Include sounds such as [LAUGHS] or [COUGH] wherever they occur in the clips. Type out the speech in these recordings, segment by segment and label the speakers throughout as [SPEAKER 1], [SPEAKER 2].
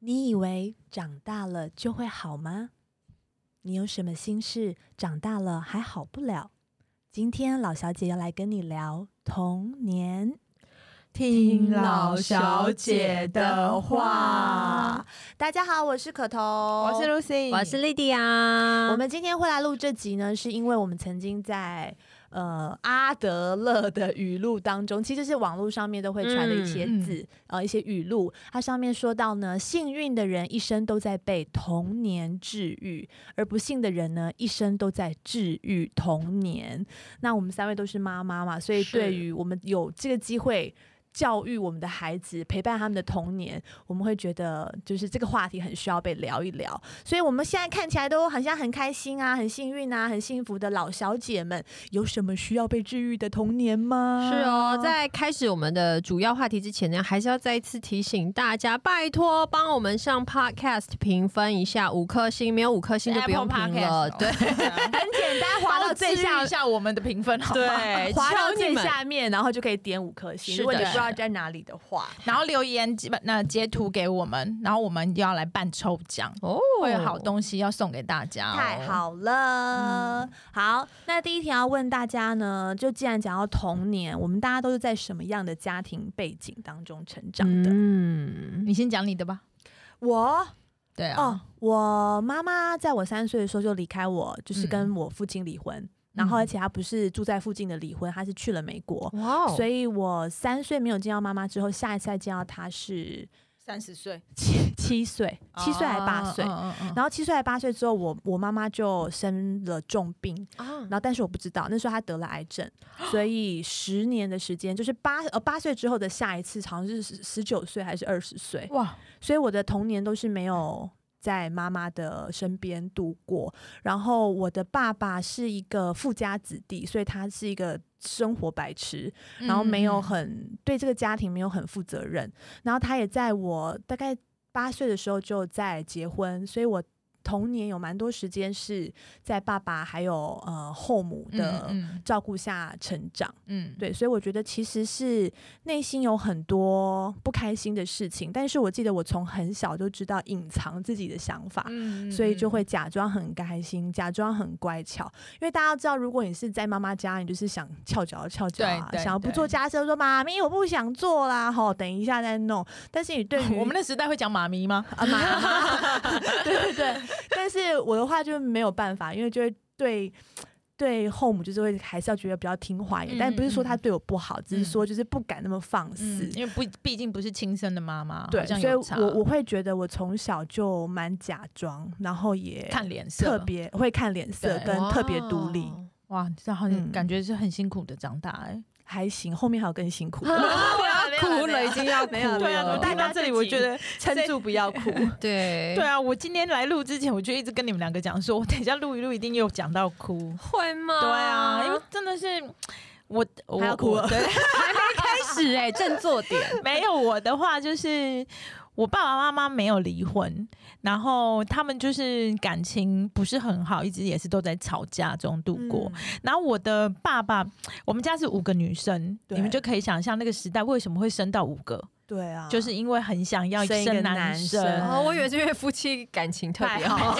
[SPEAKER 1] 你以为长大了就会好吗？你有什么心事长大了还好不了？今天老小姐要来跟你聊童年。
[SPEAKER 2] 听老小姐的话。
[SPEAKER 1] 大家好，我是可彤，
[SPEAKER 2] 我是 Lucy，
[SPEAKER 3] 我是莉迪亚。
[SPEAKER 1] 我们今天会来录这集呢，是因为我们曾经在呃阿德勒的语录当中，其实是网络上面都会传的一些
[SPEAKER 2] 嗯嗯
[SPEAKER 1] 字，呃，一些语录。它上面说到呢，幸运的人一生都在被童年治愈，而不幸的人呢，一生都在治愈童年。那我们三位都是妈妈嘛，所以
[SPEAKER 3] 是
[SPEAKER 1] 对于我们有这个机会。教育我们的孩子，陪伴他们的童年，我们会觉得就是这个话题很需要被聊一聊。所以我们现在看起来都好像很开心啊，很幸运啊，很幸福的老小姐们，有什么需要被治愈的童年吗？
[SPEAKER 3] 是哦，在开始我们的主要话题之前呢，还是要再一次提醒大家，拜托帮我们上 Podcast 评分一下，五颗星，没有五颗星就不用评
[SPEAKER 2] 哦
[SPEAKER 3] 了。
[SPEAKER 2] [LAUGHS]
[SPEAKER 3] 对，
[SPEAKER 1] 很简单，滑到最下
[SPEAKER 2] 一下我们的评分好吗？
[SPEAKER 1] [LAUGHS]
[SPEAKER 3] 对
[SPEAKER 1] 滑到
[SPEAKER 3] 敲你
[SPEAKER 1] 最
[SPEAKER 3] 们
[SPEAKER 1] 下面，然后就可以点五颗星。
[SPEAKER 3] 是的
[SPEAKER 1] 如果你不
[SPEAKER 3] 是
[SPEAKER 1] 知
[SPEAKER 3] 的
[SPEAKER 1] 道在哪里的话，
[SPEAKER 2] 然后留言基本那截图给我们，然后我们要来办抽奖，
[SPEAKER 3] 哦，
[SPEAKER 2] 会有好东西要送给大家、哦。
[SPEAKER 1] 太，好了、好，那第一题要问大家呢，就既然讲到童年，我们大家都是在什么样的家庭背景当中成长的？
[SPEAKER 3] 嗯，
[SPEAKER 2] 你先讲你的吧。
[SPEAKER 1] 我
[SPEAKER 2] 对啊，
[SPEAKER 1] 哦，我妈妈在我三岁的时候就离开我，就是跟我父亲离婚。然后，而且她不是住在附近的离婚，她是去了美国，
[SPEAKER 3] 哇哦，
[SPEAKER 1] 所
[SPEAKER 3] 以
[SPEAKER 1] 以我三岁没有见到妈妈之后，下一次再见到她是
[SPEAKER 2] 三十岁，
[SPEAKER 1] 七七岁，七岁还八岁。
[SPEAKER 2] 哦嗯嗯
[SPEAKER 1] 然后七岁还八岁之后，我我妈妈就生了重病，
[SPEAKER 3] 啊
[SPEAKER 1] 然后但是我不知道，那时候她得了癌症，所以十年的时间，就是八呃八岁之后的下一次，好像是十九岁还是二十岁，
[SPEAKER 2] 哇，
[SPEAKER 1] 所以我的童年都是没有在妈妈的身边度过。然后我的爸爸是一个富家子弟，所以他是一个生活白痴，
[SPEAKER 2] 嗯
[SPEAKER 1] 然后没有很对这个家庭没有很负责任。然后他也在我大概八岁的时候就在结婚，所以我。童年有蛮多时间是在爸爸还有呃后母的
[SPEAKER 2] 嗯
[SPEAKER 1] 照顾下成长，
[SPEAKER 2] 嗯，
[SPEAKER 1] 对，啊所以我觉得其实是内心有很多不开心的事情，但是我记得我从很小就知道隐藏自己的想法。
[SPEAKER 2] 嗯
[SPEAKER 1] 所以就会假装很开心，假装很乖巧，因为大家都知道，如果你是在妈妈家，你就是想翘脚就翘脚啊，
[SPEAKER 2] 对对
[SPEAKER 1] 想要不
[SPEAKER 2] 对
[SPEAKER 1] 做家事就说妈咪我不想做啦，吼，等一下再弄。但是你对于
[SPEAKER 2] [LAUGHS] 我们的时代会讲妈咪吗？
[SPEAKER 1] 啊妈
[SPEAKER 2] [LAUGHS]
[SPEAKER 1] 妈，对对对。但是我的话就没有办法，因为就会对对后母就是会还是要觉得比较听话一点，
[SPEAKER 2] 嗯
[SPEAKER 1] 但不是说他对我不好，只是
[SPEAKER 2] 嗯
[SPEAKER 1] 说就是不敢那么放肆。
[SPEAKER 2] 因为不，毕竟不是亲生的妈妈，
[SPEAKER 1] 对，
[SPEAKER 2] 好像
[SPEAKER 1] 所以
[SPEAKER 2] 有差
[SPEAKER 1] 我我会觉得我从小就蛮假装，然后也
[SPEAKER 2] 看脸色，
[SPEAKER 1] 特别会看脸色，
[SPEAKER 2] 对
[SPEAKER 1] 跟特别独立，
[SPEAKER 2] 哇，这好
[SPEAKER 1] 嗯
[SPEAKER 2] 像感觉是很辛苦的长大哎、
[SPEAKER 1] 还行。后面还有更辛
[SPEAKER 2] [LAUGHS]
[SPEAKER 1] 苦的， [LAUGHS]
[SPEAKER 3] 哦 [LAUGHS] 哭了，已经要哭
[SPEAKER 1] 没有
[SPEAKER 2] 啊
[SPEAKER 1] 没有
[SPEAKER 3] 了。
[SPEAKER 1] 啊大家自己
[SPEAKER 2] 得
[SPEAKER 1] 撑住不要哭。
[SPEAKER 3] 对
[SPEAKER 2] 对啊，我今天来录之前，我就一直跟你们两个讲说，我等一下录一录，一定有讲到哭。
[SPEAKER 3] 会吗？
[SPEAKER 2] 对啊，因为真的是我我
[SPEAKER 1] 还要哭了
[SPEAKER 2] 我对，
[SPEAKER 3] [LAUGHS] 还没开始哎，振作点。
[SPEAKER 2] 没有我的话就是。我爸爸妈妈没有离婚，然后他们就是感情不是很好，一直也是都在吵架中度过。
[SPEAKER 1] 嗯
[SPEAKER 2] 然后我的爸爸，我们家是五个女生，
[SPEAKER 1] 对
[SPEAKER 2] 你们就可以想象那个时代为什么会生到五个，
[SPEAKER 1] 对啊，
[SPEAKER 2] 就是因为很想要
[SPEAKER 1] 生一个
[SPEAKER 2] 生
[SPEAKER 1] 男
[SPEAKER 2] 男
[SPEAKER 1] 生
[SPEAKER 2] 生，
[SPEAKER 3] 哦，我以为是因为夫妻感情特
[SPEAKER 1] [LAUGHS]
[SPEAKER 3] 别好。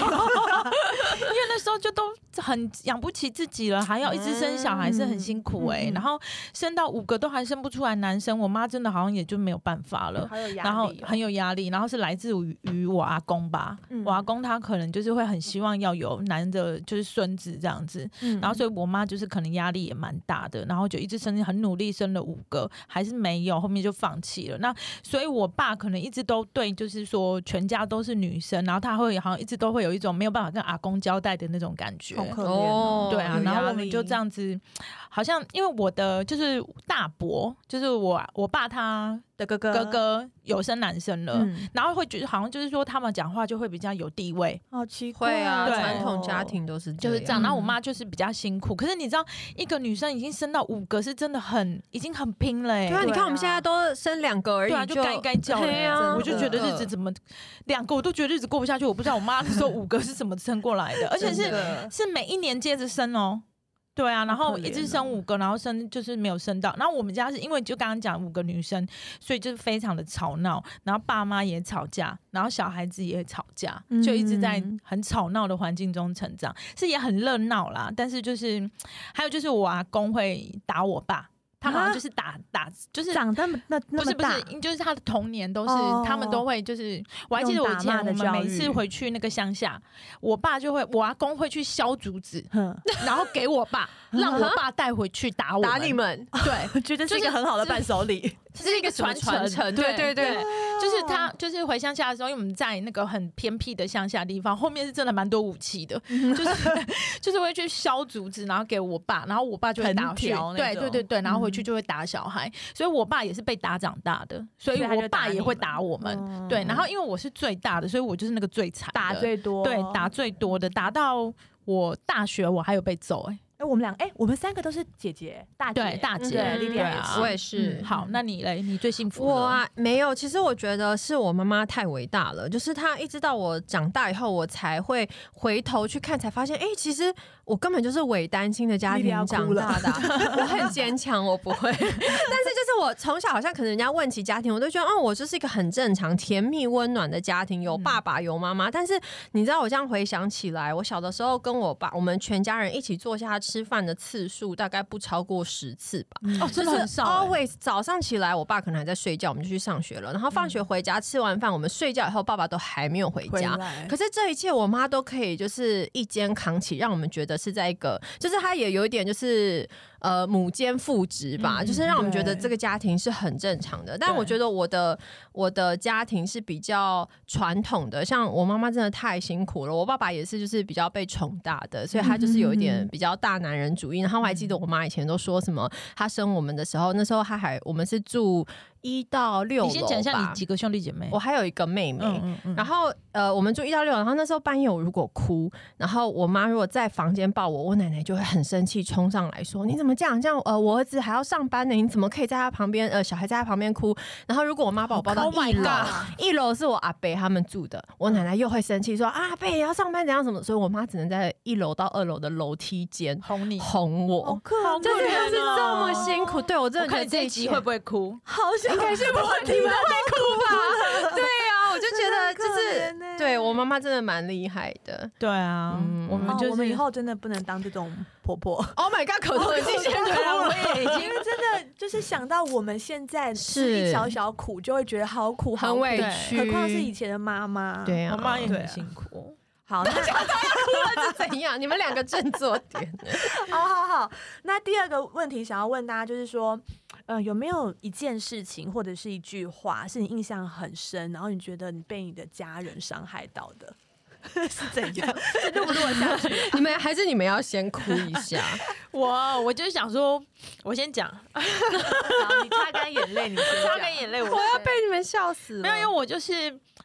[SPEAKER 2] 因为那时候就都很养不起自己了，还要一直生小孩是很辛苦哎、
[SPEAKER 1] 嗯嗯
[SPEAKER 2] 然后生到五个都还生不出来男生，我妈真的好像也就没有办法 [LAUGHS] 了。
[SPEAKER 1] 好有压力哦，
[SPEAKER 2] 然后很有压力，然后是来自于于我阿公吧，
[SPEAKER 1] 嗯
[SPEAKER 2] 我阿公他可能就是会很希望要有男的，就是孙子这样子，
[SPEAKER 1] 嗯，
[SPEAKER 2] 然后所以我妈就是可能压力也蛮大的，然后就一直生，很努力生了五个，还是没有，后面就放弃了。那所以我爸可能一直都对，就是说全家都是女生，然后他会好像一直都会有一种没有办法跟阿公交代的那种感觉
[SPEAKER 1] 好。可怜哦
[SPEAKER 2] 对啊
[SPEAKER 1] 有，
[SPEAKER 2] 然
[SPEAKER 1] 压
[SPEAKER 2] 后我们就
[SPEAKER 1] 力
[SPEAKER 2] 这样子，好像因为我的就是大伯，就是我我爸他
[SPEAKER 1] 的哥哥
[SPEAKER 2] 哥哥有生男生了，
[SPEAKER 1] 嗯，
[SPEAKER 2] 然后会觉得好像就是说他们讲话就会比较有地位，
[SPEAKER 1] 好奇怪，哦
[SPEAKER 3] 会啊，
[SPEAKER 2] 对
[SPEAKER 3] 传统家。庭都是
[SPEAKER 2] 就是这样，
[SPEAKER 1] 嗯
[SPEAKER 2] 然后我妈就是比较辛苦，可是你知道，一个女生已经生到五个，是真的很已经很拼了、欸，
[SPEAKER 3] 对啊，你
[SPEAKER 1] 对啊
[SPEAKER 3] 看我们现在都生两个而已，
[SPEAKER 2] 对啊，就该该叫了
[SPEAKER 3] 对啊，
[SPEAKER 2] 我就觉得
[SPEAKER 3] 真的
[SPEAKER 2] 日子怎么两个我都觉得日子过不下去，我不知道我妈那时候五个是怎么撑过来的，而且
[SPEAKER 3] 真
[SPEAKER 2] 是
[SPEAKER 3] 的
[SPEAKER 2] 是每一年接着生哦，对啊，然
[SPEAKER 1] 好
[SPEAKER 2] 后
[SPEAKER 1] 可
[SPEAKER 2] 一
[SPEAKER 1] 怜
[SPEAKER 2] 直
[SPEAKER 1] 哦
[SPEAKER 2] 生五个，然后生就是没有生到。然后我们家是因为就刚刚讲五个女生，所以就是非常的吵闹，然后爸妈也吵架，然后小孩子也吵架，就一直在
[SPEAKER 1] 嗯
[SPEAKER 2] 很吵闹的环境中成长，是也很热闹啦。但是就是还有就是我阿公会打我爸，他好像
[SPEAKER 1] 啊
[SPEAKER 2] 就是打打就是。
[SPEAKER 1] 长那么那那
[SPEAKER 2] 不
[SPEAKER 1] 么
[SPEAKER 2] 是不
[SPEAKER 1] 大，
[SPEAKER 2] 是，就是他的童年都是、
[SPEAKER 1] 哦
[SPEAKER 2] 他们都会就是，我还
[SPEAKER 1] 那
[SPEAKER 2] 记得
[SPEAKER 1] 种
[SPEAKER 2] 我以
[SPEAKER 1] 打
[SPEAKER 2] 前
[SPEAKER 1] 骂的
[SPEAKER 2] 我们
[SPEAKER 1] 教
[SPEAKER 2] 每
[SPEAKER 1] 育
[SPEAKER 2] 次回去那个乡下，我爸就会我阿公会去削竹子，
[SPEAKER 1] 哼，
[SPEAKER 2] 然后给我爸，让我爸带回去打我，
[SPEAKER 3] 打你，们，
[SPEAKER 2] 对，
[SPEAKER 1] 我觉得
[SPEAKER 2] 就是
[SPEAKER 1] 一个很好的
[SPEAKER 2] 就是
[SPEAKER 1] 伴手礼。
[SPEAKER 2] 这
[SPEAKER 3] [LAUGHS] 是一个什么传承
[SPEAKER 2] [LAUGHS] 对
[SPEAKER 3] 对对对
[SPEAKER 1] 啊
[SPEAKER 2] 就是他就是回乡下的时候，因为我们在那个很偏僻的乡下地方，后面是真的蛮多武器的，
[SPEAKER 1] 嗯
[SPEAKER 2] 就是就是会去削竹子，然后给我爸，然后我爸就会打回去
[SPEAKER 1] 藤条，那
[SPEAKER 2] 对
[SPEAKER 1] 种嗯
[SPEAKER 2] 对对对，然后回去就会打小孩，所以我爸也是被打长大的，所
[SPEAKER 1] 所
[SPEAKER 2] 以
[SPEAKER 1] 以他就
[SPEAKER 2] 我爸
[SPEAKER 1] 打
[SPEAKER 2] 也
[SPEAKER 1] 你
[SPEAKER 2] 会
[SPEAKER 1] 们哦
[SPEAKER 2] 打我们，对，然后因为我是最大的，所以我就是那个最惨的
[SPEAKER 1] 打最多，哦
[SPEAKER 2] 对打。最多的，打到我大学我还有被揍哎。
[SPEAKER 1] 哎，我们俩哎，我们三个都是姐姐，大姐
[SPEAKER 2] 对，大姐，
[SPEAKER 1] 对
[SPEAKER 3] 嗯
[SPEAKER 1] 莉莉
[SPEAKER 2] 对
[SPEAKER 1] 娅
[SPEAKER 2] 啊
[SPEAKER 1] 也
[SPEAKER 3] 我也是
[SPEAKER 2] 嗯。好，那你嘞？你最幸福了
[SPEAKER 3] 我啊，没有。其实我觉得是我妈妈太伟大了，就是她一直到我长大以后，我才会回头去看，才发现，哎、其实我根本就是伪单亲的家
[SPEAKER 1] 莉莉
[SPEAKER 3] 庭
[SPEAKER 1] 要
[SPEAKER 3] 长
[SPEAKER 1] 哭了
[SPEAKER 3] 大的啊、 [LAUGHS] 我很坚强，我不 [LAUGHS] 会。但是就是我从小好像可能人家问起家庭，我都觉得，哦，我就是一个很正常、甜蜜、温暖的家庭，有
[SPEAKER 2] 嗯
[SPEAKER 3] 爸爸有妈妈。但是你知道，我这样回想起来，我小的时候跟我爸，我们全家人一起坐下吃饭的次数大概不超过十次吧。
[SPEAKER 1] 嗯
[SPEAKER 2] 哦，真的
[SPEAKER 3] 就是
[SPEAKER 2] 很少欸。
[SPEAKER 3] Always 早上起来，我爸可能还在睡觉，我们就去上学了。然后放学回家，吃完饭，我们睡觉以后，爸爸都还没有回
[SPEAKER 1] 回
[SPEAKER 3] 家。
[SPEAKER 1] 来
[SPEAKER 3] 可是这一切，我妈都可以就是一肩扛起，让我们觉得是在一个，就是她也有一点就是呃母兼父职吧，
[SPEAKER 2] 嗯
[SPEAKER 3] 就是让我们觉得
[SPEAKER 1] 对
[SPEAKER 3] 这个家庭是很正常的。但
[SPEAKER 2] 对
[SPEAKER 3] 我觉得我的我的家庭是比较传统的，像我妈妈真的太辛苦了，我爸爸也是就是比较被宠大的，所以他就是有一
[SPEAKER 2] 嗯
[SPEAKER 3] 点比较大男人主义。然后我还记得我妈以前都说什么，她生我们的时候，那时候她还我们是住一到六
[SPEAKER 2] 你先讲一
[SPEAKER 3] 楼
[SPEAKER 2] 下你
[SPEAKER 3] 吧，
[SPEAKER 2] 几个兄弟姐妹
[SPEAKER 3] 我。还有一个妹妹。
[SPEAKER 2] 嗯嗯
[SPEAKER 3] 然后呃，我们住一到六，然后那时候半夜我如果哭，然后我妈如果在房间抱我，我奶奶就会很生气，冲上来说：“你怎么这样？这样呃，我儿子还要上班呢，你怎么可以在他旁边呃，小孩在他旁边哭？”然后如果我妈把我抱到
[SPEAKER 2] Oh my
[SPEAKER 3] 一楼
[SPEAKER 2] God
[SPEAKER 3] 一楼是我阿伯他们住的，我奶奶又会生气说：“啊，阿伯也要上班怎样什么？”所以我妈只能在一楼到二楼的楼梯间
[SPEAKER 2] 哄你，
[SPEAKER 3] 哄
[SPEAKER 1] 好
[SPEAKER 3] 我，
[SPEAKER 1] 可
[SPEAKER 2] 好
[SPEAKER 1] 怜，
[SPEAKER 3] 就是
[SPEAKER 2] 可怜
[SPEAKER 3] 她是
[SPEAKER 2] 哦
[SPEAKER 3] 这么辛苦。对我真
[SPEAKER 2] 我
[SPEAKER 3] 的觉
[SPEAKER 2] 看
[SPEAKER 3] 得
[SPEAKER 2] 你这一集
[SPEAKER 3] 切
[SPEAKER 2] 会不会哭？
[SPEAKER 1] 好想
[SPEAKER 3] 应该是不会，你们会哭 [LAUGHS] 吧？对啊呀、我就觉得就是
[SPEAKER 1] 很可怜欸
[SPEAKER 3] 对我妈妈真的蛮厉害的。
[SPEAKER 2] 对啊
[SPEAKER 3] 嗯
[SPEAKER 2] 我们
[SPEAKER 1] 哦
[SPEAKER 2] 就
[SPEAKER 1] 我们以
[SPEAKER 2] 是。
[SPEAKER 1] 后真的不能当这种婆婆，
[SPEAKER 3] Oh my god，口头已经先
[SPEAKER 1] [LAUGHS]
[SPEAKER 3] 哭
[SPEAKER 2] 对啊，
[SPEAKER 3] 了。
[SPEAKER 2] 我也已
[SPEAKER 1] 因
[SPEAKER 2] 经
[SPEAKER 1] 为真的就是想到我们现在吃
[SPEAKER 3] 是
[SPEAKER 1] 一小小苦，就会觉得好苦，好
[SPEAKER 3] 很
[SPEAKER 1] 苦
[SPEAKER 3] 委
[SPEAKER 2] 对
[SPEAKER 3] 屈，
[SPEAKER 1] 何况是以前的妈妈。
[SPEAKER 3] 对，呀、
[SPEAKER 2] 我妈也
[SPEAKER 1] 对
[SPEAKER 2] 很
[SPEAKER 1] 啊
[SPEAKER 2] 辛苦。
[SPEAKER 3] [LAUGHS]
[SPEAKER 1] 好，那
[SPEAKER 3] 是怎样？你们两个振作点，
[SPEAKER 1] [LAUGHS] 好好好。那第二个问题想要问大家，就是说，呃，有没有一件事情或者是一句话是你印象很深，然后你觉得你被你的家人伤害到的， [LAUGHS] 是怎样？是录不录得下去？
[SPEAKER 3] [LAUGHS] 你们还是你们要先哭一下。
[SPEAKER 2] [LAUGHS] 我我就是想说，我先讲，
[SPEAKER 1] 好，你擦干眼泪，你先
[SPEAKER 2] 擦
[SPEAKER 1] 讲
[SPEAKER 2] 干眼泪，我
[SPEAKER 3] [LAUGHS] 我要被你们笑死了。
[SPEAKER 2] 没有，因为我就是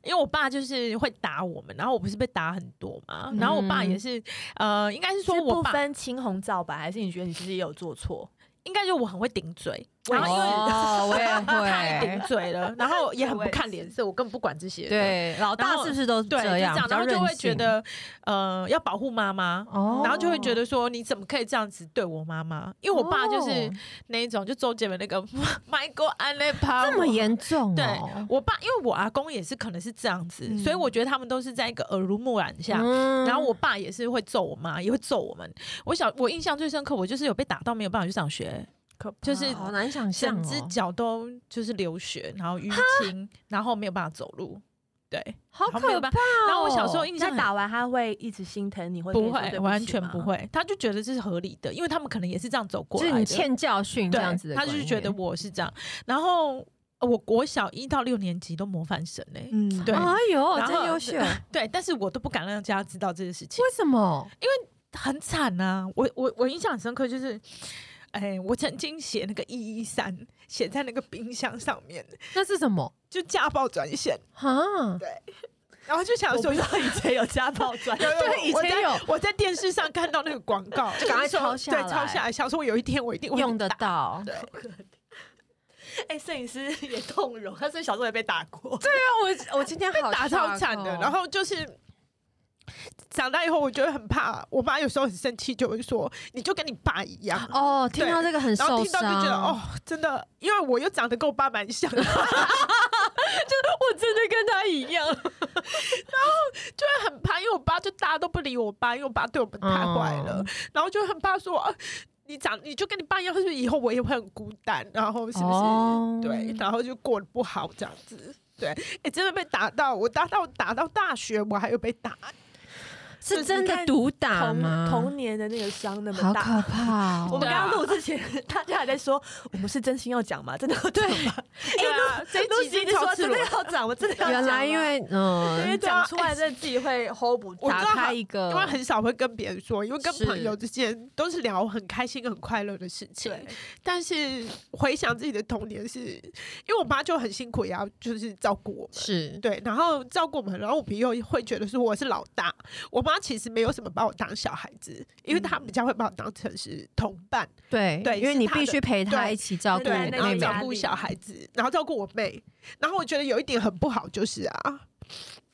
[SPEAKER 2] 因为我爸就是会打我们，然后我不是被打很多嘛，然后我爸也是，呃，应该嗯是说
[SPEAKER 1] [LAUGHS] 是
[SPEAKER 2] 我
[SPEAKER 1] 不
[SPEAKER 2] 爸
[SPEAKER 1] 分青红皂白，还是你觉得你其实也有做错？
[SPEAKER 2] 应该就我很会顶嘴，
[SPEAKER 1] 我
[SPEAKER 2] 然
[SPEAKER 1] 也
[SPEAKER 2] 后因为
[SPEAKER 3] 哦，我也
[SPEAKER 2] 太顶
[SPEAKER 3] 会。
[SPEAKER 2] 嘴了，然 [LAUGHS] 后也很不看脸色，我根本不管这些的。
[SPEAKER 3] 对，老
[SPEAKER 2] 然
[SPEAKER 3] 大
[SPEAKER 2] 后
[SPEAKER 3] 是不是都
[SPEAKER 2] 对，就
[SPEAKER 3] 这样？比
[SPEAKER 2] 然
[SPEAKER 3] 较
[SPEAKER 2] 后就
[SPEAKER 3] 任
[SPEAKER 2] 会觉
[SPEAKER 3] 性
[SPEAKER 2] 得呃要保护妈妈。
[SPEAKER 3] 哦
[SPEAKER 2] 然后就会觉得说，你怎么可以这样子对我妈妈？因为我爸就是
[SPEAKER 3] 哦
[SPEAKER 2] 那一种，就周杰伦那个 [LAUGHS] Michael a n l e p a
[SPEAKER 3] 这么严重、哦。
[SPEAKER 2] 对我爸，因为我阿公也是可能是这样子，所以我觉得他们都是在一个耳濡目染下。
[SPEAKER 3] 嗯
[SPEAKER 2] 然后我爸也是会揍我妈，也会揍我们。我小我印象最深刻，我就是有被打到没有办法去上学，就是
[SPEAKER 3] 好难想象、
[SPEAKER 2] 整
[SPEAKER 3] 哦，
[SPEAKER 2] 只脚都就是流血，然后淤青，然后没有办法走路。对，
[SPEAKER 3] 好
[SPEAKER 2] 然后没
[SPEAKER 3] 可
[SPEAKER 2] 有
[SPEAKER 3] 怕、
[SPEAKER 2] 办
[SPEAKER 3] 哦
[SPEAKER 2] 法。然后我小时候印象
[SPEAKER 1] 那
[SPEAKER 2] 很
[SPEAKER 1] 打完他会一直心疼你，会跟
[SPEAKER 2] 不
[SPEAKER 1] 你说对
[SPEAKER 2] 会，
[SPEAKER 1] 起
[SPEAKER 2] 完全
[SPEAKER 1] 吗
[SPEAKER 2] 不。会，他就觉得这是合理的，因为他们可能也是这样走过
[SPEAKER 3] 就
[SPEAKER 2] 来
[SPEAKER 3] 是
[SPEAKER 2] 的，
[SPEAKER 3] 你欠教训这
[SPEAKER 2] 对
[SPEAKER 3] 样子的
[SPEAKER 2] 他
[SPEAKER 3] 观
[SPEAKER 2] 就
[SPEAKER 3] 念，
[SPEAKER 2] 是觉得我是这样。然后呃我国小一到六年级都模范生嘞、
[SPEAKER 1] 嗯，
[SPEAKER 2] 对
[SPEAKER 3] 哎呦，
[SPEAKER 2] 然后
[SPEAKER 3] 真优秀！为
[SPEAKER 2] 对，但是我都不敢让大家知道这件事情，
[SPEAKER 3] 什么？
[SPEAKER 2] 很惨呐、我我我印象很深刻，就是。哎，我曾经写那个一一三，写在那个冰箱上面，
[SPEAKER 3] 那是什么
[SPEAKER 2] 就家暴转线，
[SPEAKER 3] 啊？
[SPEAKER 2] 然后就想
[SPEAKER 1] 我不
[SPEAKER 2] 说
[SPEAKER 1] 知，道以前有家暴专
[SPEAKER 2] [LAUGHS] 有有有
[SPEAKER 3] [LAUGHS] 对以
[SPEAKER 2] 我
[SPEAKER 3] 前
[SPEAKER 2] 在
[SPEAKER 3] 有
[SPEAKER 2] 我在电视上看到那个广告，
[SPEAKER 3] 就赶快
[SPEAKER 2] 说
[SPEAKER 3] 抄下
[SPEAKER 2] 对，
[SPEAKER 3] 来
[SPEAKER 2] 抄下来，想说我有一天我一定会
[SPEAKER 3] 用得到？
[SPEAKER 2] 对
[SPEAKER 1] 哎，摄影师也动容，他是小时候也被打过。
[SPEAKER 3] 对啊，我我今天好
[SPEAKER 2] 打超惨的，然后就是。长大以后，我就会很怕。我妈有时候很生气，就会说：“你就跟你爸一样。”
[SPEAKER 3] 哦，听到这个很
[SPEAKER 2] 然后
[SPEAKER 3] 受
[SPEAKER 2] 听到就觉得哦
[SPEAKER 3] 伤，，
[SPEAKER 2] 真的，因为我又长得跟我爸蛮像的， [LAUGHS]
[SPEAKER 3] 我真的跟他一样，
[SPEAKER 2] 就会很怕，因为我爸就大家都不理我爸，因为我爸对我们太坏了，
[SPEAKER 3] 嗯
[SPEAKER 2] 然后就很怕说，啊、你长你就跟你爸一样，是不是以后我也会很孤单？然后是不是？
[SPEAKER 3] 哦
[SPEAKER 2] 对，然后就过得不好这样子。对，哎、真的被打到，我打到打到大学，我还有被打，
[SPEAKER 1] 就是是
[SPEAKER 3] 真
[SPEAKER 1] 你
[SPEAKER 3] 的
[SPEAKER 1] 看
[SPEAKER 3] 毒打
[SPEAKER 1] 童
[SPEAKER 3] 吗？
[SPEAKER 1] 童年的那个伤那么
[SPEAKER 3] 好
[SPEAKER 1] 大
[SPEAKER 3] 可。怕、
[SPEAKER 1] 我
[SPEAKER 3] 哦！
[SPEAKER 1] 们
[SPEAKER 2] 对
[SPEAKER 1] 刚刚
[SPEAKER 2] 啊
[SPEAKER 1] 录之 [LAUGHS] 前，大家还在说我们是真心要讲吗？真的要讲吗？
[SPEAKER 2] 对啊， [LAUGHS] 这
[SPEAKER 1] 录
[SPEAKER 2] 一集
[SPEAKER 1] 哎一
[SPEAKER 2] 真
[SPEAKER 1] 直
[SPEAKER 2] 的超
[SPEAKER 1] 说
[SPEAKER 2] 赤
[SPEAKER 1] 真的
[SPEAKER 2] 裸。
[SPEAKER 1] 要讲吗？真的要讲吗
[SPEAKER 3] 原来因为
[SPEAKER 1] 啊因
[SPEAKER 3] 嗯
[SPEAKER 1] 为
[SPEAKER 2] 对啊
[SPEAKER 1] 讲出来，真的自己会 hold 不住
[SPEAKER 2] 我。知
[SPEAKER 3] 打
[SPEAKER 2] 道
[SPEAKER 3] 开
[SPEAKER 2] 很
[SPEAKER 3] 一个，
[SPEAKER 2] 因为很少会跟别人说，因为跟
[SPEAKER 3] 是
[SPEAKER 2] 朋友之间都是聊很开心、很快乐的事情
[SPEAKER 1] 对。
[SPEAKER 2] [LAUGHS] 但是回想自己的童年是，因为我妈就很辛苦，也要就是照顾我们。
[SPEAKER 3] 是
[SPEAKER 2] 对，然后照顾我们，然后我们又会觉得说我是老大。我妈其实没有什么把我当小孩子，因为她
[SPEAKER 1] 嗯
[SPEAKER 2] 比较会把我当成是同伴，
[SPEAKER 3] 对
[SPEAKER 2] 对
[SPEAKER 3] 因为
[SPEAKER 2] 是
[SPEAKER 3] 你
[SPEAKER 2] 他的
[SPEAKER 3] 必须陪他
[SPEAKER 2] 对
[SPEAKER 3] 一起照顾
[SPEAKER 1] 对
[SPEAKER 2] 对，
[SPEAKER 1] 那
[SPEAKER 2] 然后
[SPEAKER 3] 妹
[SPEAKER 1] 个
[SPEAKER 2] 照
[SPEAKER 1] 压
[SPEAKER 3] 妹。
[SPEAKER 2] 顾
[SPEAKER 1] 力
[SPEAKER 2] 小孩子，然后照顾我妹。然后我觉得有一点很不好，就是啊，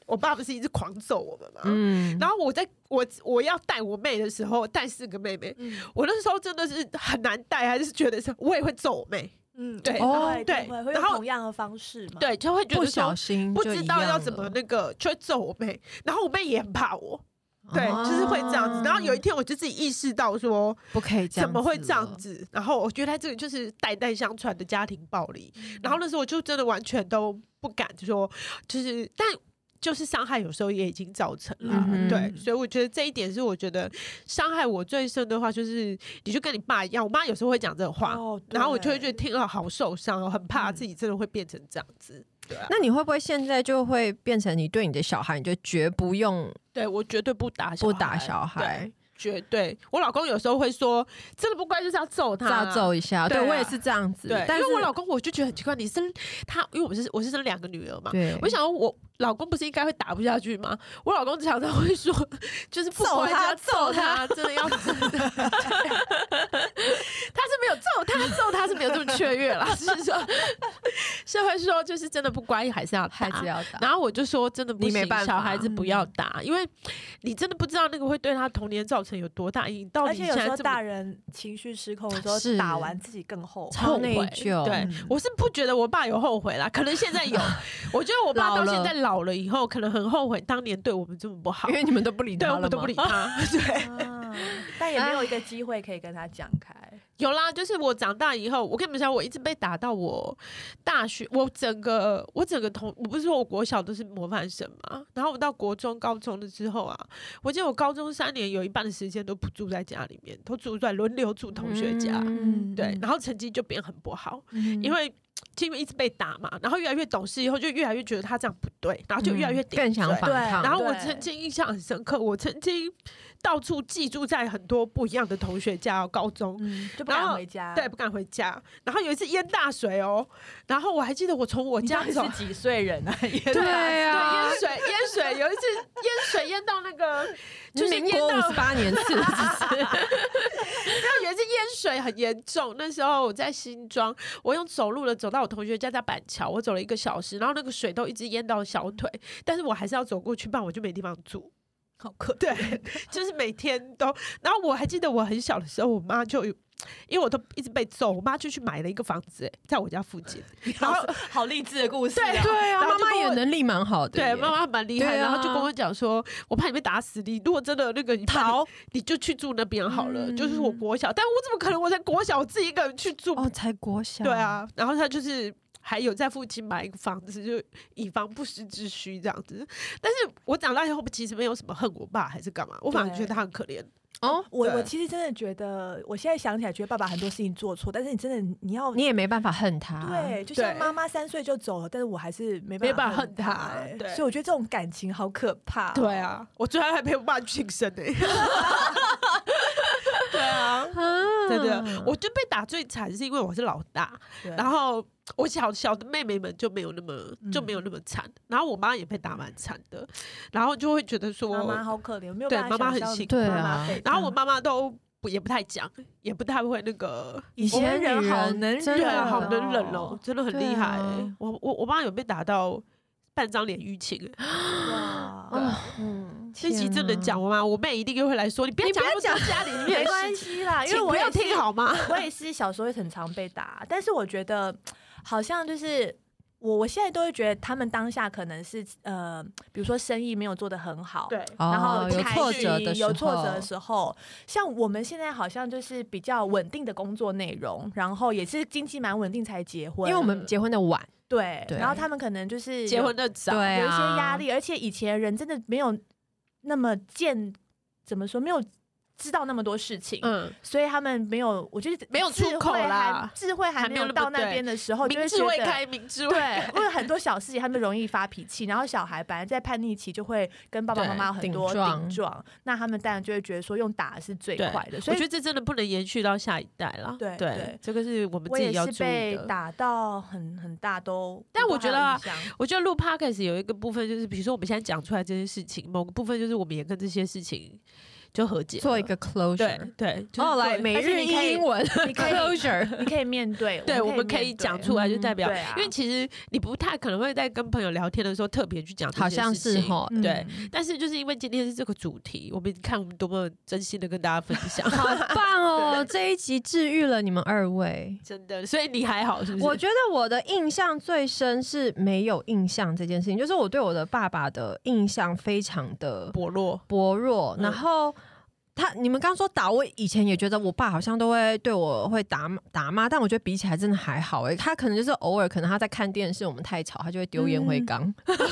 [SPEAKER 2] 我爸不是一直狂揍我们吗？
[SPEAKER 3] 嗯
[SPEAKER 2] 然后我在我我要带我妹的时候，带四个妹妹，
[SPEAKER 1] 嗯
[SPEAKER 2] 我那时候真的是很难带，还是觉得是我也会揍我妹，
[SPEAKER 1] 嗯，
[SPEAKER 2] 对
[SPEAKER 3] 哦
[SPEAKER 1] 会
[SPEAKER 2] 对
[SPEAKER 1] 会会用
[SPEAKER 2] 然后
[SPEAKER 1] 同样的方式嘛？，
[SPEAKER 2] 对，就会觉
[SPEAKER 3] 不
[SPEAKER 2] 得
[SPEAKER 3] 小
[SPEAKER 2] 说
[SPEAKER 3] 心
[SPEAKER 2] 不
[SPEAKER 3] 就
[SPEAKER 2] 知
[SPEAKER 3] 一
[SPEAKER 2] 道
[SPEAKER 3] 样
[SPEAKER 2] 要怎
[SPEAKER 3] 了
[SPEAKER 2] 么那个，就会揍我妹，然后我妹也很怕我，对，
[SPEAKER 3] 哦
[SPEAKER 2] 就是会这样子。然后有一天我就自己意识到说，
[SPEAKER 3] 不可以这样，
[SPEAKER 2] 怎么会这样？子？然后我觉得这个就是代代相传的家庭暴力。然后那时候我就真的完全都不敢说，就是但就是伤害有时候也已经造成了，
[SPEAKER 3] 嗯哼
[SPEAKER 2] 对，所以我觉得这一点是我觉得伤害我最深的话，就是你就跟你爸一样，我妈有时候会讲这种话，
[SPEAKER 1] 哦，
[SPEAKER 2] 然后我就会
[SPEAKER 1] 对
[SPEAKER 2] 觉得听了好受伤哦，很怕自己真的会变成这样子。对啊，
[SPEAKER 3] 那你会不会现在就会变成你对你的小孩，你就绝不用
[SPEAKER 2] 对我绝对不打小
[SPEAKER 3] 不打
[SPEAKER 2] 孩
[SPEAKER 3] 小
[SPEAKER 2] 对
[SPEAKER 3] 孩，
[SPEAKER 2] 绝对。我老公有时候会说，真的不乖就是要揍他，
[SPEAKER 3] 照揍一下？
[SPEAKER 2] 对
[SPEAKER 3] 对我
[SPEAKER 2] 啊
[SPEAKER 3] 也是这样子
[SPEAKER 2] 对，，
[SPEAKER 3] 但
[SPEAKER 2] 因
[SPEAKER 3] 是
[SPEAKER 2] 为我老公我就觉得很奇怪，你生他，因为我们是我是生两个女儿嘛，
[SPEAKER 3] 对，
[SPEAKER 2] 我想说我老公不是应该会打不下去吗？我老公常常会说，就是不
[SPEAKER 3] 揍
[SPEAKER 2] 管
[SPEAKER 3] 他
[SPEAKER 2] 要揍他，真
[SPEAKER 3] [LAUGHS]
[SPEAKER 2] 的要揍他。对他是没有揍他，揍他是没有这么雀跃
[SPEAKER 3] [LAUGHS]
[SPEAKER 2] 啦，是说是会说就是真的不乖还是要打
[SPEAKER 3] 孩子要打，
[SPEAKER 2] 然后我就说，真的不
[SPEAKER 3] 你没
[SPEAKER 2] 行，
[SPEAKER 3] 办法嗯
[SPEAKER 2] 小孩子不要打，因为你真的不知道那个会对他童年造成有多大阴影。到
[SPEAKER 1] 而
[SPEAKER 2] 底
[SPEAKER 1] 且
[SPEAKER 2] 现
[SPEAKER 1] 有时
[SPEAKER 2] 在
[SPEAKER 1] 候
[SPEAKER 2] 这么
[SPEAKER 1] 大人情绪失控的时候
[SPEAKER 3] 是，
[SPEAKER 1] 打完自己更后悔。
[SPEAKER 3] 超
[SPEAKER 2] 后
[SPEAKER 3] 内
[SPEAKER 2] 悔
[SPEAKER 3] 疚
[SPEAKER 2] 对
[SPEAKER 1] 嗯，
[SPEAKER 2] 我是不觉得我爸有后悔啦，可能现在有。我觉得我爸
[SPEAKER 3] [LAUGHS] 老
[SPEAKER 2] 到
[SPEAKER 3] 了
[SPEAKER 2] 现在老了以后，可能很后悔当年对我们这么不好
[SPEAKER 3] 因，为你们都不理他
[SPEAKER 2] 对
[SPEAKER 3] 了
[SPEAKER 2] 我们都
[SPEAKER 3] 嘛
[SPEAKER 2] 不
[SPEAKER 3] 嗯
[SPEAKER 2] 理他。对，
[SPEAKER 1] 啊 [LAUGHS] 但也没有一个机会可以跟他讲开。
[SPEAKER 2] 有啦，就是我长大以后，我跟你们讲，我一直被打到我大学，我整个我整个同，我不是说我国小都是模范生嘛，然后我到国中、高中的之后啊，我记得我高中三年有一半的时间都不住在家里面，都住在轮流住同学家。
[SPEAKER 3] 嗯
[SPEAKER 2] 对，然后成绩就变很不好，
[SPEAKER 1] 嗯
[SPEAKER 2] 因为因为一直被打嘛，然后越来越懂事以后，就越来越觉得他这样不对，然后就越来越顶
[SPEAKER 3] 更想
[SPEAKER 2] 嘴
[SPEAKER 3] 反
[SPEAKER 1] 对
[SPEAKER 3] 抗。
[SPEAKER 2] 然后我
[SPEAKER 1] 嗯对
[SPEAKER 2] 曾经印象很深刻，我曾经到处寄住在很多不一样的同学家哦，高中。
[SPEAKER 1] 嗯，就不敢回家。
[SPEAKER 2] 对，，不敢回家。然后有一次淹大水哦，然后我还记得我从我
[SPEAKER 1] 你到
[SPEAKER 2] 家
[SPEAKER 1] 底
[SPEAKER 2] 走
[SPEAKER 1] 是，几岁人 [LAUGHS] 啊？也
[SPEAKER 3] 对
[SPEAKER 2] 对，
[SPEAKER 3] 啊
[SPEAKER 2] 淹，水，淹水。有一次淹水淹到那个，就是
[SPEAKER 3] 民
[SPEAKER 2] 淹
[SPEAKER 3] 国五
[SPEAKER 2] 到
[SPEAKER 3] 十八年
[SPEAKER 2] [LAUGHS]
[SPEAKER 3] 次了，是不是
[SPEAKER 2] 那有一次淹水很严重，那时候我在新庄，我用走路的走到我同学家在板桥，我走了一个小时，然后那个水都一直淹到小腿，但是我还是要走过去，不然我就没地方住。
[SPEAKER 1] 好可
[SPEAKER 2] 对， [LAUGHS] 就是每天都。然后我还记得我很小的时候，我妈就有，因为我都一直被揍，我妈就去买了一个房子、欸在我家附近。然 [LAUGHS] 后
[SPEAKER 1] 好励志的故事
[SPEAKER 2] 对
[SPEAKER 1] 啊。
[SPEAKER 2] 对啊，
[SPEAKER 3] 然后
[SPEAKER 2] 妈
[SPEAKER 3] 妈妈
[SPEAKER 2] 妈
[SPEAKER 3] 也
[SPEAKER 2] 也。
[SPEAKER 3] 能力蛮好的耶，
[SPEAKER 2] 对，妈妈蛮厉害，
[SPEAKER 3] 对啊
[SPEAKER 2] 然后就跟我讲说，我怕你被打死，你如果真的那个你怕你
[SPEAKER 1] 逃，
[SPEAKER 2] 你就去住那边好了，
[SPEAKER 1] 嗯
[SPEAKER 2] 就是我国小，但我怎么可能我在国小我自己一个人去住？
[SPEAKER 3] 哦，才国小，
[SPEAKER 2] 对，啊，然后他就是还有在附近买一个房子，就以防不时之需这样子。但是我长大以后其实没有什么恨我爸还是干嘛，我反而
[SPEAKER 1] 对
[SPEAKER 2] 觉得他很可怜。
[SPEAKER 3] 哦，
[SPEAKER 1] 我
[SPEAKER 2] 对
[SPEAKER 1] 我其实真的觉得，我现在想起来，觉得爸爸很多事情做错，但是你真的你要
[SPEAKER 3] 你也没办法恨他，
[SPEAKER 1] 对，就像
[SPEAKER 2] 对
[SPEAKER 1] 妈妈三岁就走了，但是我还是没
[SPEAKER 2] 没办
[SPEAKER 1] 办
[SPEAKER 2] 法
[SPEAKER 1] 法
[SPEAKER 2] 恨
[SPEAKER 1] 他
[SPEAKER 2] 她
[SPEAKER 1] 欸
[SPEAKER 2] 对
[SPEAKER 1] 所以我觉得这种感情好可怕。
[SPEAKER 2] 对，啊，嗯我最后还陪我爸去庆生欸呢、对啊，
[SPEAKER 3] 啊，
[SPEAKER 2] [LAUGHS] 真的，我就被打最惨是因为我是老大，然后我小小的妹妹们就没有那么就
[SPEAKER 1] 嗯
[SPEAKER 2] 没有那么惨，然后我妈也被打蛮惨的，然后就会觉得说
[SPEAKER 1] 妈妈好可怜，没有
[SPEAKER 2] 对
[SPEAKER 1] 办法
[SPEAKER 2] 妈妈
[SPEAKER 1] 想
[SPEAKER 2] 很
[SPEAKER 1] 象
[SPEAKER 2] 辛苦
[SPEAKER 3] 对
[SPEAKER 1] 妈妈
[SPEAKER 3] 啊
[SPEAKER 1] 被
[SPEAKER 2] 然后
[SPEAKER 1] 打
[SPEAKER 2] 我妈妈都不也不太讲，也不太会那个。
[SPEAKER 1] 以
[SPEAKER 3] 我们
[SPEAKER 1] 前人
[SPEAKER 3] 女
[SPEAKER 1] 好
[SPEAKER 3] 人
[SPEAKER 1] 能
[SPEAKER 3] 真
[SPEAKER 1] 忍
[SPEAKER 2] 对
[SPEAKER 3] 的
[SPEAKER 2] 啊，
[SPEAKER 1] 哦，
[SPEAKER 2] 好能忍哦，真的很厉害欸、
[SPEAKER 3] 对啊
[SPEAKER 2] 我我我妈有被打到半张脸淤青。 [LAUGHS]
[SPEAKER 1] 哇，嗯，
[SPEAKER 2] 这集真
[SPEAKER 3] 啊
[SPEAKER 2] 能讲吗？我妹一定又会来说，你不要
[SPEAKER 1] 你不要
[SPEAKER 2] 讲那么多
[SPEAKER 1] 讲
[SPEAKER 2] 家里面的
[SPEAKER 1] 没关
[SPEAKER 2] 事情，
[SPEAKER 1] 系啦，因为
[SPEAKER 2] 请
[SPEAKER 1] 我
[SPEAKER 2] 不要
[SPEAKER 1] 也是
[SPEAKER 2] 听
[SPEAKER 1] [LAUGHS]
[SPEAKER 2] 好吗？
[SPEAKER 1] 我也是小时候也很常被打，但是我觉得好像就是我我现在都会觉得他们当下可能是呃，比如说生意没有做得很好，
[SPEAKER 2] 对，
[SPEAKER 1] 然后
[SPEAKER 3] 哦
[SPEAKER 1] 不
[SPEAKER 3] 有
[SPEAKER 1] 开
[SPEAKER 3] 挫
[SPEAKER 1] 心
[SPEAKER 3] 折的时
[SPEAKER 1] 有挫折的
[SPEAKER 3] 候
[SPEAKER 1] 时候，像我们现在好像就是比较稳定的工作内容，然后也是经济蛮稳定才结婚，
[SPEAKER 3] 因为我们结婚的晚，
[SPEAKER 1] 对，
[SPEAKER 3] 对
[SPEAKER 1] 然后他们可能就是
[SPEAKER 2] 结
[SPEAKER 1] 有
[SPEAKER 2] 婚的早，
[SPEAKER 3] 对
[SPEAKER 1] 有一些
[SPEAKER 3] 啊
[SPEAKER 1] 压力，而且以前人真的没有那么见，怎么说没有。知道那么多事情，
[SPEAKER 2] 嗯，
[SPEAKER 1] 所以他们没有，我觉得
[SPEAKER 2] 没有
[SPEAKER 1] 智
[SPEAKER 2] 出口
[SPEAKER 1] 慧还
[SPEAKER 2] 啦
[SPEAKER 1] 智慧还
[SPEAKER 2] 还
[SPEAKER 1] 没
[SPEAKER 2] 没有
[SPEAKER 1] 有
[SPEAKER 2] 那么
[SPEAKER 1] 到那
[SPEAKER 2] 对
[SPEAKER 1] 边的时候，就
[SPEAKER 2] 明
[SPEAKER 1] 会
[SPEAKER 2] 智
[SPEAKER 1] 觉
[SPEAKER 2] 会
[SPEAKER 1] 得
[SPEAKER 2] 开，明智会
[SPEAKER 1] 对，
[SPEAKER 2] 开。
[SPEAKER 1] 因为很多小事情他们容易发脾气，然后小孩本来在叛逆期就会跟爸爸妈
[SPEAKER 3] 对
[SPEAKER 1] 妈有很
[SPEAKER 3] 顶
[SPEAKER 1] 多
[SPEAKER 3] 撞
[SPEAKER 1] 顶撞，那他们当然就会觉得说用打是最
[SPEAKER 2] 对
[SPEAKER 1] 快的，所
[SPEAKER 2] 我
[SPEAKER 1] 以
[SPEAKER 2] 觉得这真的不能延续到下一代了。
[SPEAKER 1] 对对
[SPEAKER 2] 这个是我们
[SPEAKER 1] 我
[SPEAKER 2] 自己
[SPEAKER 1] 也
[SPEAKER 2] 要
[SPEAKER 1] 是
[SPEAKER 2] 注意
[SPEAKER 1] 被
[SPEAKER 2] 的。
[SPEAKER 1] 打到很很大都，
[SPEAKER 2] 但
[SPEAKER 1] 都
[SPEAKER 2] 我
[SPEAKER 1] 还
[SPEAKER 2] 觉
[SPEAKER 1] 有
[SPEAKER 2] 得啊
[SPEAKER 1] 印象
[SPEAKER 2] [LAUGHS] 我觉得录 podcast 有一个部分就是，比如说我们现在讲出来这些事情，某个部分就是我们也跟这些事情就和解了，
[SPEAKER 3] 做一个
[SPEAKER 2] 对
[SPEAKER 3] closure。
[SPEAKER 2] 对，就是
[SPEAKER 3] 哦，
[SPEAKER 2] 做
[SPEAKER 3] 来
[SPEAKER 2] 一个
[SPEAKER 3] 每
[SPEAKER 1] 而且
[SPEAKER 3] 日
[SPEAKER 1] 你
[SPEAKER 3] 一
[SPEAKER 1] 可以
[SPEAKER 3] 英文
[SPEAKER 1] 你可以
[SPEAKER 3] closure。
[SPEAKER 1] [LAUGHS] 你可以面对，
[SPEAKER 2] 对，我们可以
[SPEAKER 1] 面
[SPEAKER 2] 讲
[SPEAKER 1] 对
[SPEAKER 2] 出来，就
[SPEAKER 3] 嗯
[SPEAKER 2] 代表，
[SPEAKER 1] 对啊
[SPEAKER 2] 因为其实你不太可能会在跟朋友聊天的时候特别去讲这
[SPEAKER 3] 好
[SPEAKER 2] 些
[SPEAKER 3] 像
[SPEAKER 2] 事
[SPEAKER 3] 是
[SPEAKER 1] [LAUGHS]
[SPEAKER 2] 情
[SPEAKER 3] 吼
[SPEAKER 2] 对。
[SPEAKER 1] 嗯
[SPEAKER 2] 但是就是因为今天是这个主题，我们看我们多么真心的跟大家分享，
[SPEAKER 3] 好棒哦！这一集治愈了你们二位。
[SPEAKER 2] [LAUGHS] 真的，所以你还好是不是？
[SPEAKER 3] 我觉得我的印象最深是没有印象这件事情，就是我对我的爸爸的印象非常的
[SPEAKER 2] 薄弱，
[SPEAKER 3] 薄弱。
[SPEAKER 2] 嗯
[SPEAKER 3] 然后他，你们刚说打，我以前也觉得我爸好像都会对我会打骂打骂，但我觉得比起来真的还好诶、他可能就是偶尔，可能他在看电视，我们太吵，他就会丢烟灰
[SPEAKER 2] 嗯
[SPEAKER 3] 缸，他就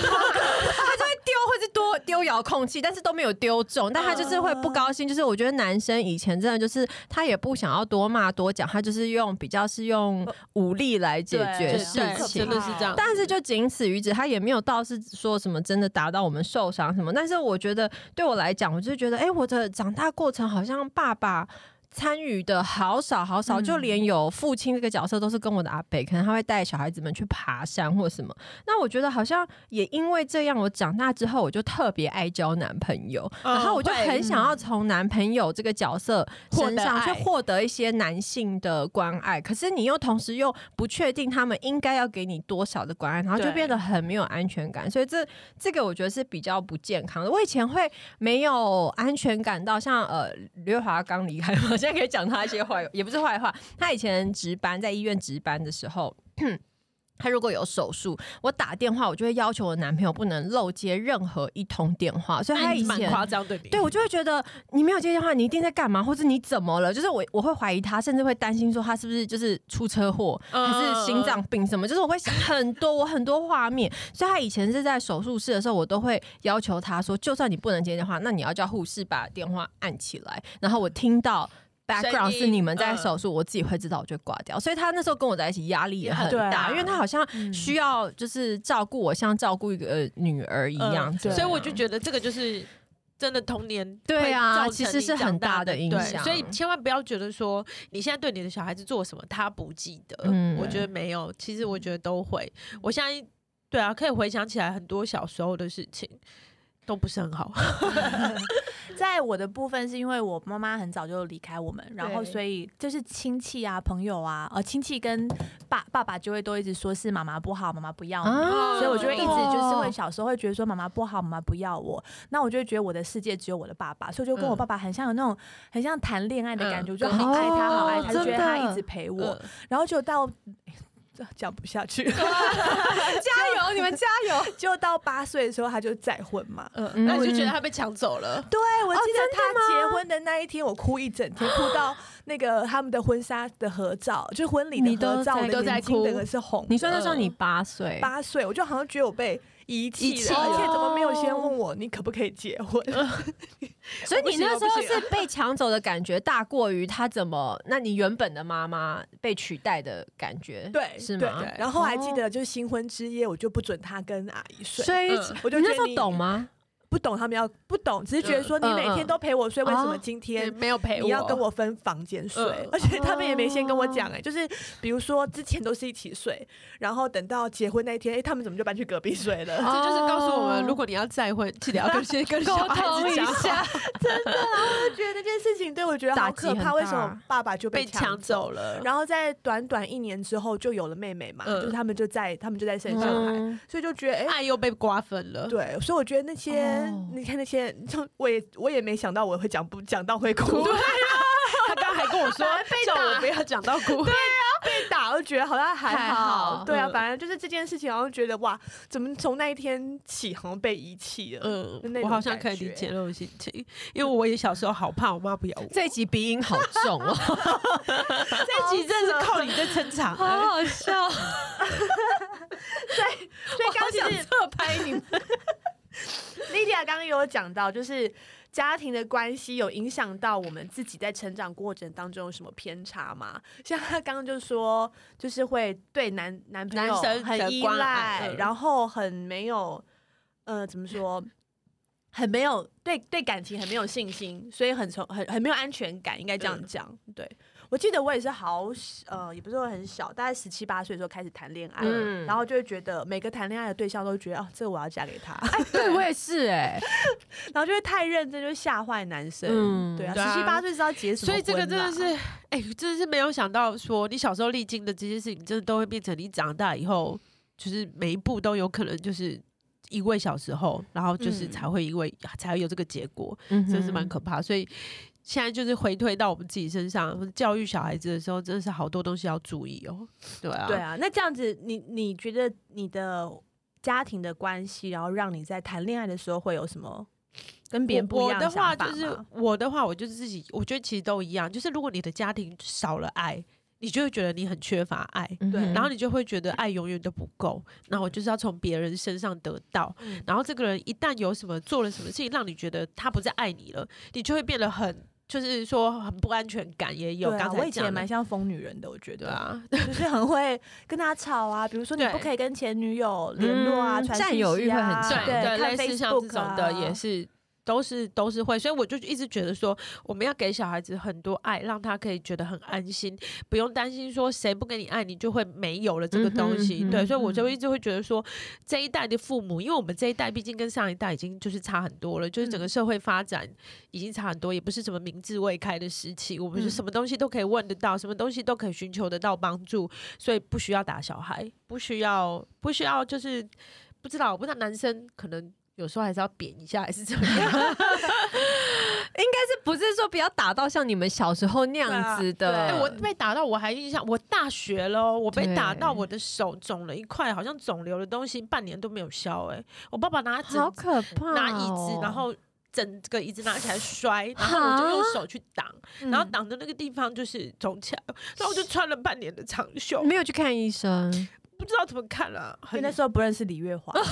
[SPEAKER 3] 会丢或是多丢遥控器，但是都没有丢中，但他就是会不高兴。就是我觉得男生以前真的就是他也不想要多骂多讲，他就是用比较是用武力来解
[SPEAKER 1] 对
[SPEAKER 3] 决
[SPEAKER 2] 对
[SPEAKER 1] 啊
[SPEAKER 3] 事
[SPEAKER 2] 对，
[SPEAKER 3] 情
[SPEAKER 2] 真，的是这样。
[SPEAKER 3] 但是就仅此于止，他也没有到是说什么真的打到我们受伤什么。但是我觉得对我来讲，我就觉得，哎、我的长大过程好像爸爸。参与的好少好少，
[SPEAKER 1] 嗯
[SPEAKER 3] 就连有父亲这个角色都是跟我的阿北，可能他会带小孩子们去爬山或什么。那我觉得好像也因为这样，我长大之后我就特别爱交男朋友，
[SPEAKER 2] 嗯
[SPEAKER 3] 然后我就
[SPEAKER 2] 会
[SPEAKER 3] 很想要从男朋友这个角色身
[SPEAKER 2] 获
[SPEAKER 3] 上
[SPEAKER 2] 得
[SPEAKER 3] 去
[SPEAKER 2] 爱
[SPEAKER 3] 获得一些男性的关爱，可是你又同时又不确定他们应该要给你多少的关爱，然后就
[SPEAKER 2] 对
[SPEAKER 3] 变得很没有安全感。所以这这个我觉得是比较不健康的。我以前会没有安全感到像呃刘月华刚离开嘛， [LAUGHS] 现在可以讲他一些坏，也不是坏话。他以前值班在医院值班的时候。 [CLEARS THROAT] 他如果有手术，我打电话，我就会要求我男朋友不能漏接任何一通电话。所以他
[SPEAKER 2] 那
[SPEAKER 3] 以
[SPEAKER 2] 哎你蛮
[SPEAKER 3] 前
[SPEAKER 2] 夸张对你，
[SPEAKER 3] 对我就会觉得你没有接电话，你一定在干嘛，或者你怎么了？就是我我会怀疑他，甚至会担心说他是不是就是出车祸，
[SPEAKER 2] 嗯
[SPEAKER 3] 还是心脏病什么？就是我会想很多，我很多画面。所以他以前是在手术室的时候，我都会要求他说，就算你不能接电话，那你要叫护士把电话按起来，然后我听到。background
[SPEAKER 2] 声音
[SPEAKER 3] 是你们在
[SPEAKER 2] 嗯
[SPEAKER 3] 手术，我自己会知道，我就会挂掉。所以他那时候跟我在一起压力也很
[SPEAKER 1] 对啊
[SPEAKER 3] 大，因为他好像
[SPEAKER 1] 嗯
[SPEAKER 3] 需要就是照顾我，像照顾一个呃女儿一
[SPEAKER 2] 嗯
[SPEAKER 3] 样。
[SPEAKER 1] 对
[SPEAKER 2] 所以我就觉得这个就是真的童年
[SPEAKER 3] 啊对啊
[SPEAKER 2] 会造成
[SPEAKER 3] 其实
[SPEAKER 2] 你
[SPEAKER 3] 是
[SPEAKER 2] 长
[SPEAKER 3] 很大
[SPEAKER 2] 的
[SPEAKER 3] 的影
[SPEAKER 2] 对
[SPEAKER 3] 响
[SPEAKER 2] 所以千万不要觉得说你现在对你的小孩子做什么，他不记得。
[SPEAKER 3] 嗯
[SPEAKER 2] 我觉得没有，其实我觉得都会。我现在对啊，可以回想起来很多小时候的事情。都不是很好，
[SPEAKER 1] 在我的部分是因为我妈妈很早就离开我们，然后
[SPEAKER 2] 对
[SPEAKER 1] 所以就是亲戚啊、朋友啊，呃，亲戚跟爸爸爸就会都一直说是妈妈不好，妈妈不要你。
[SPEAKER 3] 啊
[SPEAKER 1] 所以我就会一直就是会
[SPEAKER 3] 哦
[SPEAKER 1] 小时候会觉得说妈妈不好，妈妈不要我，那我就会觉得我的世界只有我的爸爸，所以就跟我
[SPEAKER 2] 嗯
[SPEAKER 1] 爸爸很像有那种很像谈恋爱的感觉，
[SPEAKER 2] 嗯
[SPEAKER 1] 我就好爱他，好爱他，
[SPEAKER 3] 哦
[SPEAKER 1] 就觉得他
[SPEAKER 3] 真的嗯
[SPEAKER 1] 一直陪我，
[SPEAKER 2] [LAUGHS] 我
[SPEAKER 1] 然后就到 [LAUGHS] 讲不下去，
[SPEAKER 3] [LAUGHS] 加油，你们加油！
[SPEAKER 1] 就到八岁的时候他就再婚嘛，
[SPEAKER 3] 呃
[SPEAKER 2] 嗯，那你就觉得他被抢走了，
[SPEAKER 1] 对，我
[SPEAKER 3] 哦
[SPEAKER 1] 记得他结婚的那一天，我哭一整
[SPEAKER 3] [GASPS]
[SPEAKER 1] 天，哭到那个他们的婚纱的合照，就是婚礼
[SPEAKER 3] 你
[SPEAKER 1] 的
[SPEAKER 3] 都
[SPEAKER 1] 合照，
[SPEAKER 3] 在
[SPEAKER 1] 我的
[SPEAKER 2] 都在
[SPEAKER 1] 眼睛
[SPEAKER 2] 哭
[SPEAKER 1] 整个是红的。
[SPEAKER 3] 你说那时候你嗯八岁，
[SPEAKER 1] 八岁，我就好像觉得我被遗弃
[SPEAKER 2] 遗弃
[SPEAKER 1] 了，而且
[SPEAKER 3] 了哦
[SPEAKER 1] 怎么没有先问我你可不可以结
[SPEAKER 3] [LAUGHS]
[SPEAKER 1] 婚？
[SPEAKER 3] 所以你那时
[SPEAKER 2] 我
[SPEAKER 3] 候
[SPEAKER 2] 不行
[SPEAKER 3] 是被抢走的感觉大过于他怎么？那你原本的妈妈被取代的感觉，
[SPEAKER 1] 对，
[SPEAKER 3] 是
[SPEAKER 1] 对
[SPEAKER 3] 吗？
[SPEAKER 1] 然后还记得就是新婚之夜，我就不准他跟阿姨睡。
[SPEAKER 3] 所以
[SPEAKER 2] 嗯
[SPEAKER 1] 我就
[SPEAKER 3] 你
[SPEAKER 1] 觉
[SPEAKER 3] 那
[SPEAKER 1] 得
[SPEAKER 3] 时候
[SPEAKER 1] 你
[SPEAKER 3] 懂吗？
[SPEAKER 1] 不懂他们要不懂，只是觉得说你
[SPEAKER 3] 嗯
[SPEAKER 1] 每天都陪我睡，为什么
[SPEAKER 3] 哦
[SPEAKER 1] 今
[SPEAKER 2] 也
[SPEAKER 1] 天
[SPEAKER 2] 没有陪我，
[SPEAKER 1] 你要跟我分房间睡 [LAUGHS]
[SPEAKER 2] 嗯？哦
[SPEAKER 1] 而且他们也没先跟我讲，哎，就是比如说之前都是一起睡，然后等到结婚那一天，哎，他们怎么就搬去隔壁睡了？
[SPEAKER 2] 这就是告诉我们，
[SPEAKER 3] 哦
[SPEAKER 2] 如果你要再婚，记得要跟先跟小
[SPEAKER 3] [LAUGHS] 沟
[SPEAKER 2] 孩
[SPEAKER 3] 通
[SPEAKER 2] 子
[SPEAKER 3] 一
[SPEAKER 2] 讲好，
[SPEAKER 3] 下，
[SPEAKER 1] [LAUGHS] 就觉得这件事情对我觉得
[SPEAKER 3] 打
[SPEAKER 1] 好
[SPEAKER 3] 击
[SPEAKER 1] 可
[SPEAKER 3] 很
[SPEAKER 1] 怕，为什
[SPEAKER 3] 大
[SPEAKER 1] 么爸爸就
[SPEAKER 2] [LAUGHS] 被抢
[SPEAKER 1] 抢
[SPEAKER 2] 走？
[SPEAKER 3] [LAUGHS]
[SPEAKER 2] 了。
[SPEAKER 1] 然后在短短一年之后就有了妹妹嘛，
[SPEAKER 2] 嗯
[SPEAKER 1] 就是他们就在他们就在生小孩，
[SPEAKER 3] 嗯
[SPEAKER 1] 所以就觉得哎。
[SPEAKER 2] 爱又被瓜分了，
[SPEAKER 1] 对，所以我觉得那些，
[SPEAKER 3] 哦
[SPEAKER 1] 你看那些，就我也我也没想到我会讲不讲到会哭，
[SPEAKER 2] 他刚刚还跟我 [LAUGHS] 说叫我不要讲到哭，
[SPEAKER 1] 被打，我觉得好像还
[SPEAKER 3] 还
[SPEAKER 1] 好。
[SPEAKER 3] 好
[SPEAKER 1] 对啊，
[SPEAKER 2] 嗯
[SPEAKER 1] 反正就是这件事情，好像觉得哇，怎么从那一天起好像被遗弃了？
[SPEAKER 2] 嗯
[SPEAKER 1] 就那，
[SPEAKER 2] 我
[SPEAKER 1] 种
[SPEAKER 2] 好像
[SPEAKER 1] 感
[SPEAKER 2] 可以理
[SPEAKER 1] 觉
[SPEAKER 2] 解那种心情，因为我也小时候好怕我妈不要我。
[SPEAKER 3] 这一集鼻音好重哦，
[SPEAKER 2] [LAUGHS] 这一集真的是靠你在撑场、
[SPEAKER 3] [LAUGHS] 好好 [LAUGHS] 笑，
[SPEAKER 1] 所以刚刚其实
[SPEAKER 3] 侧拍你们，
[SPEAKER 1] [LAUGHS] Lydia 刚刚有讲到，就是家庭的关系有影响到我们自己在成长过程当中有什么偏差吗？像她刚刚就说，就是会对男男朋友
[SPEAKER 2] 男生的
[SPEAKER 1] 很依
[SPEAKER 2] 关爱
[SPEAKER 1] 赖，
[SPEAKER 2] 嗯
[SPEAKER 1] 然后很没有，呃，怎么说？很没有对对感情很没有信心，所以很从很很没有安全感，应该这
[SPEAKER 2] 嗯
[SPEAKER 1] 样讲。对我记得我也是好呃，也不是说很小，大概十七八岁的时候开始谈恋爱，
[SPEAKER 3] 嗯
[SPEAKER 1] 然后就会觉得每个谈恋爱的对象都觉得啊，这个我要嫁给他。
[SPEAKER 3] [LAUGHS] 对我也是哎，
[SPEAKER 1] 然后就会太认真，就吓坏男生。
[SPEAKER 3] 嗯
[SPEAKER 1] 对啊，
[SPEAKER 2] 对啊
[SPEAKER 1] 十七八岁是要结什么
[SPEAKER 2] [LAUGHS] 所以这个
[SPEAKER 1] 婚
[SPEAKER 2] 真的
[SPEAKER 1] 啦
[SPEAKER 2] [LAUGHS] 是，哎、真的是没有想到说，你小时候历经的这些事情，真的都会变成你长大以后，就是每一步都有可能就是因为小时候，然后就是
[SPEAKER 1] 嗯
[SPEAKER 2] 才会因为、才会有这个结果，真
[SPEAKER 3] 真
[SPEAKER 2] 的是蛮可怕。所以现在就是回推到我们自己身上，教育小孩子的时候，真的是好多东西要注意哦。对啊，
[SPEAKER 1] 对，啊。那这样子，你你觉得你的家庭的关系，然后让你在谈恋爱的时候会有什么跟别人不一
[SPEAKER 2] 我
[SPEAKER 1] 样
[SPEAKER 2] 的话
[SPEAKER 1] 想法
[SPEAKER 2] 就
[SPEAKER 1] 吗
[SPEAKER 2] 是我的话，我就是自己，我觉得其实都一样，就是如果你的家庭少了爱，你就会觉得你很缺乏爱。
[SPEAKER 3] 嗯
[SPEAKER 1] 对
[SPEAKER 2] 然后你就会觉得爱永远都不够，那我就是要从别人身上得到。
[SPEAKER 1] 嗯
[SPEAKER 2] 然后这个人一旦有什么做了什么事情，让你觉得他不再爱你了，你就会变得很，就是说很不安全感也有。
[SPEAKER 1] 对啊
[SPEAKER 2] 刚
[SPEAKER 1] 我
[SPEAKER 2] 才
[SPEAKER 1] 以前也
[SPEAKER 2] 讲
[SPEAKER 1] 蛮
[SPEAKER 2] 的，
[SPEAKER 1] 像疯女人的，我觉
[SPEAKER 2] 对
[SPEAKER 1] 得，
[SPEAKER 2] 啊，
[SPEAKER 1] 就是很会跟他吵啊，比如说你
[SPEAKER 2] 对
[SPEAKER 1] 不可以跟前女友联络啊，
[SPEAKER 3] 嗯
[SPEAKER 1] 传
[SPEAKER 3] 占
[SPEAKER 1] 讯
[SPEAKER 3] 有
[SPEAKER 1] 息
[SPEAKER 3] 欲会很
[SPEAKER 1] 啊
[SPEAKER 3] 强
[SPEAKER 1] 对，
[SPEAKER 2] 对，
[SPEAKER 1] 看
[SPEAKER 2] 类似像这
[SPEAKER 1] Facebook
[SPEAKER 2] 种的
[SPEAKER 1] 啊
[SPEAKER 2] 也是。都是都是会，所以我就一直觉得说，我们要给小孩子很多爱，让他可以觉得很安心，不用担心说谁不给你爱，你就会没有了这个东西。
[SPEAKER 3] 嗯哼嗯哼
[SPEAKER 2] 对，所以我就一直会觉得说，这一代的父母，因为我们这一代毕竟跟上一代已经就是差很多了，就是
[SPEAKER 3] 嗯
[SPEAKER 2] 整个社会发展已经差很多，也不是什么明智未开的时期，我们就
[SPEAKER 1] 嗯
[SPEAKER 2] 什么东西都可以问得到，什么东西都可以寻求得到帮助，所以不需要打小孩，不需要不需要就是不知道，我不知道男生可能有时候还是要扁一下，还是怎么
[SPEAKER 3] [LAUGHS]
[SPEAKER 2] 样。
[SPEAKER 3] 这不是说不要打到像你们小时候那样子
[SPEAKER 1] 对啊
[SPEAKER 3] 的，
[SPEAKER 1] 对
[SPEAKER 2] 哎，我被打到，我还印象，我大学咯，我被
[SPEAKER 3] 对
[SPEAKER 2] 打到我的手肿了一块，好像肿瘤的东西，半年都没有消、哎，我爸爸拿枕
[SPEAKER 3] 好可怕哦，
[SPEAKER 2] 拿椅子，然后整个椅子拿起来摔，然后我就用手去挡，
[SPEAKER 1] 嗯
[SPEAKER 2] 然后挡的那个地方就是肿起来，然后我就穿了半年的长袖，
[SPEAKER 1] 嗯
[SPEAKER 3] 没有去看医生，
[SPEAKER 2] 不知道怎么看了、啊，
[SPEAKER 1] 因
[SPEAKER 2] 很
[SPEAKER 1] 为那时候不认识李月华，
[SPEAKER 2] 嗯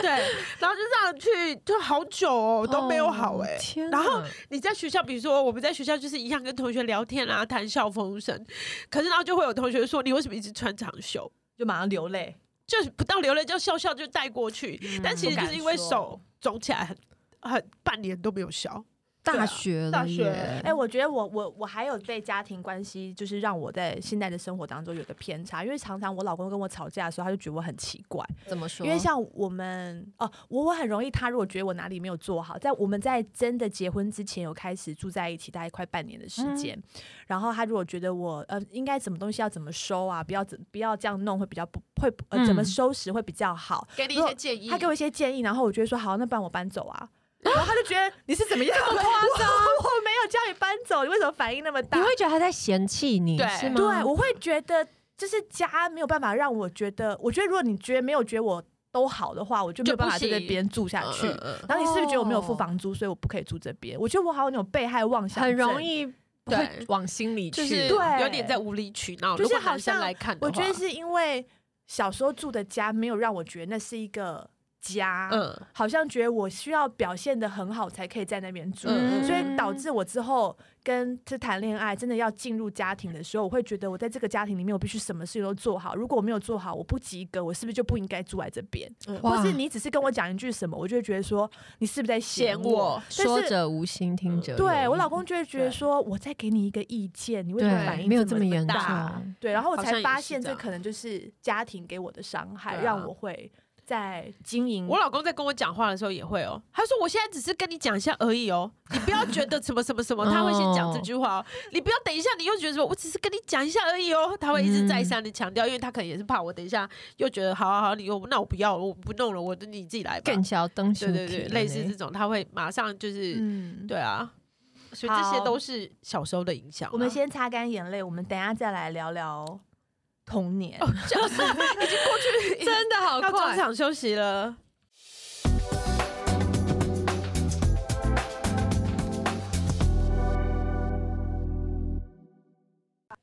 [SPEAKER 2] 对，然后就这样去，就好久哦，都没有好哎、
[SPEAKER 3] 哦天哪，
[SPEAKER 2] 然后你在学校，比如说我们在学校就是一样跟同学聊天啊，谈笑风生，可是然后就会有同学说你为什么一直穿长袖？
[SPEAKER 1] 就马上流泪，
[SPEAKER 2] 就是不到流泪就笑笑就带过去，但其实
[SPEAKER 1] 嗯不
[SPEAKER 2] 就
[SPEAKER 1] 敢
[SPEAKER 2] 是因为
[SPEAKER 1] 说
[SPEAKER 2] 手肿起来很很半年都没有消，
[SPEAKER 3] 大学了
[SPEAKER 2] 大学
[SPEAKER 3] 耶
[SPEAKER 1] 哎、我觉得我我我还有对家庭关系，就是让我在现在的生活当中有个偏差，因为常常我老公跟我吵架的时候，他就觉得我很奇怪，
[SPEAKER 3] 怎么说？
[SPEAKER 1] 因为像我们哦，我我很容易，他如果觉得我哪里没有做好，在我们在真的结婚之前有开始住在一起，大概快半年的时
[SPEAKER 3] 嗯
[SPEAKER 1] 间，然后他如果觉得我呃应该什么东西要怎么收啊，不要怎不要这样弄会比较不会呃怎么
[SPEAKER 3] 嗯
[SPEAKER 1] 收拾会比较好，
[SPEAKER 2] 给你
[SPEAKER 1] 一些
[SPEAKER 2] 建议
[SPEAKER 1] 他给我一些建议，然后我就会说好，那不然我搬走
[SPEAKER 3] [LAUGHS]
[SPEAKER 1] 啊。然后他就觉得你是怎么
[SPEAKER 2] [LAUGHS]
[SPEAKER 1] 样？夸张！我没有叫你搬走，你为什么反应那么大？
[SPEAKER 3] 你会觉得他在嫌弃你，
[SPEAKER 2] 对
[SPEAKER 3] 是吗？
[SPEAKER 1] 对，我会觉得就是家没有办法让我觉得，我觉得如果你觉得没有觉得我都好的话，我就没有办法在这边住下
[SPEAKER 2] 嗯
[SPEAKER 1] 去。然后你是不是觉得我没有付房租，所以我不可以住这边？我觉得我好像有被害妄想，
[SPEAKER 3] 很容。易
[SPEAKER 2] 对
[SPEAKER 3] 会往心里
[SPEAKER 2] 就
[SPEAKER 3] 去，
[SPEAKER 2] 是
[SPEAKER 1] 对
[SPEAKER 2] 有点在无理取闹，
[SPEAKER 1] 就是
[SPEAKER 2] 如果男
[SPEAKER 1] 好
[SPEAKER 2] 生
[SPEAKER 1] 像
[SPEAKER 2] 来看的
[SPEAKER 1] 我
[SPEAKER 2] 话，
[SPEAKER 1] 觉得是因为小时候住的家没有让我觉得那是一个家，
[SPEAKER 2] 嗯，
[SPEAKER 1] 好像觉得我需要表现的很好才可以在那边住，
[SPEAKER 2] 嗯
[SPEAKER 1] 所以导致我之后跟这谈恋爱，真的要进入家庭的时候，我会觉得我在这个家庭里面，我必须什么事情都做好。如果我没有做好，我不及格，我是不是就不应该住在这边？
[SPEAKER 3] 哇
[SPEAKER 1] 或是你只是跟我讲一句什么，我就会觉得说你是不是在嫌
[SPEAKER 2] 嫌
[SPEAKER 1] 我
[SPEAKER 2] 我？
[SPEAKER 1] 但
[SPEAKER 3] 说
[SPEAKER 1] 是
[SPEAKER 3] 者无心，听者有
[SPEAKER 1] 对
[SPEAKER 3] 意
[SPEAKER 1] 我老公就会觉得
[SPEAKER 2] 对
[SPEAKER 1] 说，我在给你一个意见，你为什么反
[SPEAKER 3] 对
[SPEAKER 1] 应
[SPEAKER 3] 没有
[SPEAKER 1] 这
[SPEAKER 3] 么严重，
[SPEAKER 1] 大？对，然后我
[SPEAKER 2] 好
[SPEAKER 1] 才
[SPEAKER 2] 像也
[SPEAKER 1] 发
[SPEAKER 2] 是
[SPEAKER 1] 现，
[SPEAKER 2] 这
[SPEAKER 1] 这
[SPEAKER 2] 样
[SPEAKER 1] 可能就是家庭给我的伤害，
[SPEAKER 2] 对啊
[SPEAKER 1] 让我会在经营
[SPEAKER 2] 我老公在跟我讲话的时候也会哦，他说我现在只是跟你讲一下而已哦，你不要觉得什么什么
[SPEAKER 3] [LAUGHS]
[SPEAKER 2] 什么，他会先讲这句话哦，你不要等一下你又觉得说我只是跟你讲一下而已哦，他会一直再三的强调，因为他可能也是怕我等一下又觉得好好好，你又那我不要了，我不弄了，我你自己来吧
[SPEAKER 3] 更，小灯芯
[SPEAKER 2] 对对
[SPEAKER 3] 体
[SPEAKER 2] 对，
[SPEAKER 3] 了
[SPEAKER 2] 类似
[SPEAKER 3] 呢
[SPEAKER 2] 这种，他会马上就是
[SPEAKER 1] 嗯，
[SPEAKER 2] 对啊，所以这些
[SPEAKER 1] 好
[SPEAKER 2] 都是小时候的影响啊。
[SPEAKER 1] 我们先擦干眼泪，我们等一下再来聊聊童年。
[SPEAKER 3] [LAUGHS]
[SPEAKER 2] 就是已经过去
[SPEAKER 3] 真的好
[SPEAKER 2] 要中
[SPEAKER 3] 快，
[SPEAKER 2] 场休息了。
[SPEAKER 1] [LAUGHS]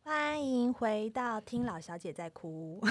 [SPEAKER 1] 欢迎回到听老小姐在哭，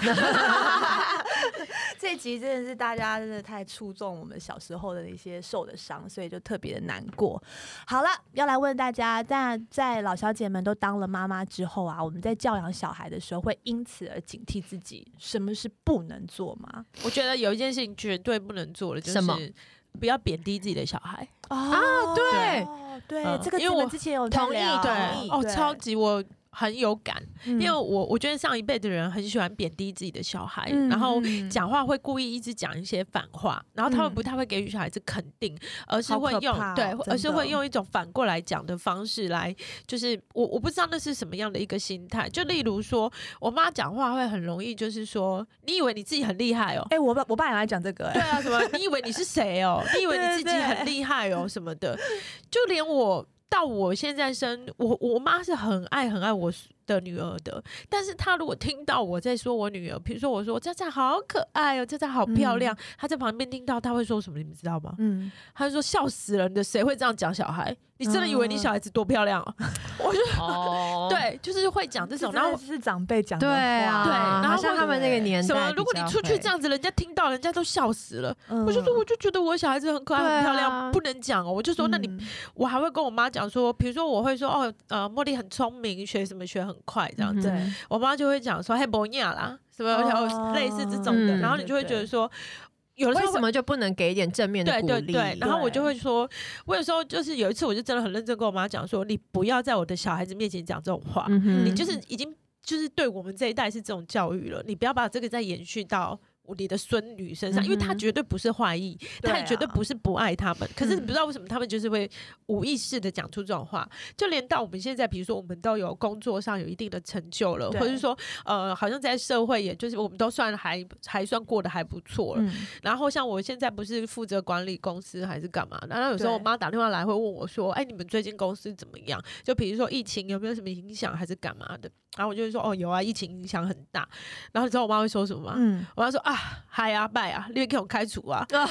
[SPEAKER 1] [LAUGHS] 这集真的是大家真的太触中我们小时候的一些受的伤，所以就特别的难过。好了，要来问大家，那在老小姐们都当了妈妈之后啊，我们在教养小孩的时候，会因此而警惕自己什么是不能做吗？
[SPEAKER 2] 我觉得有一件事情绝对不能做的，就
[SPEAKER 3] 什么
[SPEAKER 2] 是不要贬低自己的小孩。
[SPEAKER 1] 啊，
[SPEAKER 3] 对
[SPEAKER 1] 对，
[SPEAKER 2] 嗯
[SPEAKER 1] 这个
[SPEAKER 2] 因为
[SPEAKER 1] 我们
[SPEAKER 2] 我
[SPEAKER 1] 之前有在
[SPEAKER 3] 同意
[SPEAKER 1] 聊
[SPEAKER 3] 同意
[SPEAKER 2] 哦，超，级我很有感，
[SPEAKER 1] 因
[SPEAKER 2] 因为我我觉得上一辈的人很喜欢贬低自己的小孩，
[SPEAKER 1] 嗯
[SPEAKER 3] 嗯
[SPEAKER 2] 然后。讲话会故意一直讲一些反话，然后他们
[SPEAKER 1] 嗯
[SPEAKER 2] 不太会给予小孩子肯定，而是
[SPEAKER 1] 好
[SPEAKER 2] 会
[SPEAKER 1] 可
[SPEAKER 2] 用
[SPEAKER 1] 怕哦
[SPEAKER 2] 对
[SPEAKER 1] 真，
[SPEAKER 2] 而是
[SPEAKER 1] 的
[SPEAKER 2] 会用一种反过来讲的方式来，就是我我不知道那是什么样的一个心态。就例如说，我妈讲话会很容易就是说，你以为你自己很厉害哦，
[SPEAKER 1] 哎、我爸我爸也来讲这个、哎
[SPEAKER 2] 对啊，什么？你以为你是谁哦？你以为你自己很厉害哦？什么的，就连我到我现在生，我我妈是很爱很爱我的女儿的，但是她如果听到我在说我女儿，比如说我说佳佳好可爱哦，佳佳好漂亮，
[SPEAKER 3] 嗯
[SPEAKER 2] 她在旁边听到，她会说什么？你们知道吗？
[SPEAKER 1] 嗯，
[SPEAKER 2] 她就说笑死人的，谁会这样讲小孩？你真的以为你小孩子多漂亮、
[SPEAKER 3] 嗯
[SPEAKER 2] 哦？我就 [LAUGHS]
[SPEAKER 3] 哦，
[SPEAKER 2] 对，就是会讲这
[SPEAKER 1] 这
[SPEAKER 2] 种，
[SPEAKER 1] 然
[SPEAKER 2] 然
[SPEAKER 1] 后
[SPEAKER 2] 后。
[SPEAKER 1] 是长辈讲的
[SPEAKER 3] 对
[SPEAKER 1] 话，
[SPEAKER 3] 啊，
[SPEAKER 2] 对然
[SPEAKER 3] 好
[SPEAKER 2] 后
[SPEAKER 3] 像
[SPEAKER 2] 或
[SPEAKER 3] 他
[SPEAKER 2] 者
[SPEAKER 3] 们那个年代
[SPEAKER 2] 什么？如果你
[SPEAKER 3] 比较
[SPEAKER 2] 出去
[SPEAKER 3] 会
[SPEAKER 2] 这，样子，人家听到，人家都笑死了。
[SPEAKER 1] 嗯
[SPEAKER 2] 我就说，我就觉得我小孩子很可爱、
[SPEAKER 3] 对啊
[SPEAKER 2] 很漂亮，不能讲哦。我就说，那你，
[SPEAKER 1] 嗯
[SPEAKER 2] 我还会跟我妈讲说，比如说我会说，哦，呃，茉莉很聪明，学什么学很快这样子。
[SPEAKER 1] 对
[SPEAKER 3] 嗯
[SPEAKER 2] 我妈就会讲说，嘿，博亚啦，什么、
[SPEAKER 1] 哦
[SPEAKER 2] 类似这种的，
[SPEAKER 3] 嗯
[SPEAKER 2] 然后你就会觉得说，有的时
[SPEAKER 3] 为
[SPEAKER 2] 候
[SPEAKER 3] 什
[SPEAKER 2] 会。
[SPEAKER 3] 么就不能给一点正面的
[SPEAKER 2] 对
[SPEAKER 3] 鼓
[SPEAKER 2] 对
[SPEAKER 3] 励？
[SPEAKER 2] 对，然后我就
[SPEAKER 1] 对
[SPEAKER 2] 会说，我有时候就是有一次，我就真的很认真跟我妈讲说，你不要在我的小孩子面前讲这种话，
[SPEAKER 3] 嗯哼，
[SPEAKER 2] 你就是已经就是对我们这一代是这种教育了，你不要把这个再延续到你的孙女身上，因为
[SPEAKER 3] 嗯
[SPEAKER 2] 她
[SPEAKER 3] 哼
[SPEAKER 2] 绝对不是坏意，
[SPEAKER 1] 对
[SPEAKER 2] 她也绝对
[SPEAKER 1] 啊
[SPEAKER 2] 不是不爱他们。可是你
[SPEAKER 1] 嗯
[SPEAKER 2] 不知道为什么他们就是会无意识的讲出这种话，就连到我们现在，比如说我们都有工作上有一定的成就了，
[SPEAKER 1] 对
[SPEAKER 2] 或者是说呃，好像在社会也就是我们都算还还算过得还不错了。
[SPEAKER 1] 嗯
[SPEAKER 2] 然后像我现在不是负责管理公司还是干嘛？然后有时候
[SPEAKER 1] 对
[SPEAKER 2] 我妈打电话来会问我说：“哎，你们最近公司怎么样？就比如说疫情有没有什么影响还是干嘛的？”然后我就会说：“哦，有啊，疫情影响很大。”然后你知道我妈会说什么吗？
[SPEAKER 1] 嗯，
[SPEAKER 2] 我妈说：“啊，嗨啊，拜啊，立刻给我开除啊！” [LAUGHS]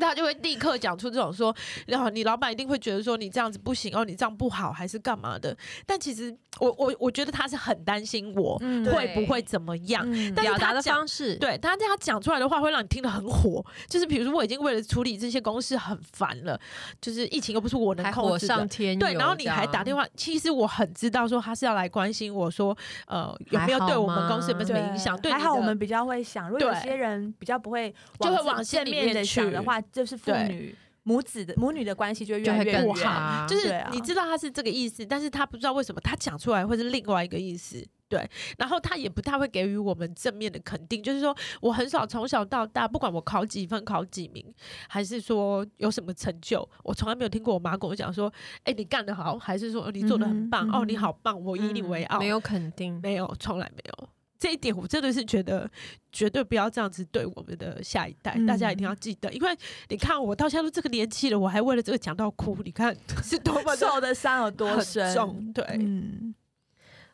[SPEAKER 2] 她就会立刻讲出这种说，然后你老板一定会觉得说你这样子不行哦，你这样不好还是干嘛的？但其实我我我觉得他是很担心我、
[SPEAKER 3] 嗯
[SPEAKER 2] 会不会怎么样，
[SPEAKER 1] 嗯
[SPEAKER 2] 但是
[SPEAKER 3] 表达
[SPEAKER 2] 他
[SPEAKER 3] 的
[SPEAKER 2] 讲
[SPEAKER 3] 方式，
[SPEAKER 2] 对，但是他讲出来的话会让你听得很火，就是比如说我已经为了处理这些公事很烦了，就是疫情又不是我能
[SPEAKER 3] 还
[SPEAKER 2] 控
[SPEAKER 3] 火
[SPEAKER 2] 制的
[SPEAKER 3] 上。天
[SPEAKER 2] 对，
[SPEAKER 3] 油
[SPEAKER 2] 然后你
[SPEAKER 3] 这
[SPEAKER 2] 还打
[SPEAKER 3] 样
[SPEAKER 2] 电话，其实我很知道说他是要来关心我说，呃，有
[SPEAKER 3] 还
[SPEAKER 2] 没有对
[SPEAKER 3] 好
[SPEAKER 2] 我们公司有没
[SPEAKER 3] 吗
[SPEAKER 2] 有什么影响？对
[SPEAKER 1] 还
[SPEAKER 2] 你
[SPEAKER 1] 好我
[SPEAKER 2] 的
[SPEAKER 1] 们比较会想，如果有
[SPEAKER 2] 对
[SPEAKER 1] 些人比较不会，
[SPEAKER 2] 就会
[SPEAKER 1] 往
[SPEAKER 2] 往心
[SPEAKER 1] 正
[SPEAKER 2] 里
[SPEAKER 1] 面
[SPEAKER 2] 面
[SPEAKER 1] 的想的
[SPEAKER 2] 去
[SPEAKER 1] 话，就是父
[SPEAKER 2] 对
[SPEAKER 1] 女母子的母女的关系就会越
[SPEAKER 3] 就
[SPEAKER 1] 来
[SPEAKER 3] 会
[SPEAKER 1] 越
[SPEAKER 3] 更
[SPEAKER 1] 远
[SPEAKER 3] 差，
[SPEAKER 2] 就
[SPEAKER 1] 对
[SPEAKER 2] 是
[SPEAKER 1] 啊
[SPEAKER 2] 你知道他是这个意思，但是他不知道为什么他讲出来会是另外一个意思。对，然后他也不太会给予我们正面的肯定，就是说我很少从小到大，不管我考几分、考几名，还是说有什么成就，我从来没有听过我妈跟我讲说：“哎、你干得好，还是说哦你做的很棒、
[SPEAKER 1] 嗯哼嗯
[SPEAKER 2] 哦，你好棒，我以你为傲。
[SPEAKER 3] 没有肯定，
[SPEAKER 2] 没有，从来没有。这一点我真的是觉得绝对不要这样子对我们的下一代，
[SPEAKER 1] 嗯
[SPEAKER 2] 大家一定要记得，因为你看我到现在都这个年纪了，我还为了这个讲到哭，你看 [LAUGHS] 是多么的
[SPEAKER 1] 受的伤有多
[SPEAKER 2] 很哎
[SPEAKER 1] 深，
[SPEAKER 2] 重对，
[SPEAKER 1] 嗯，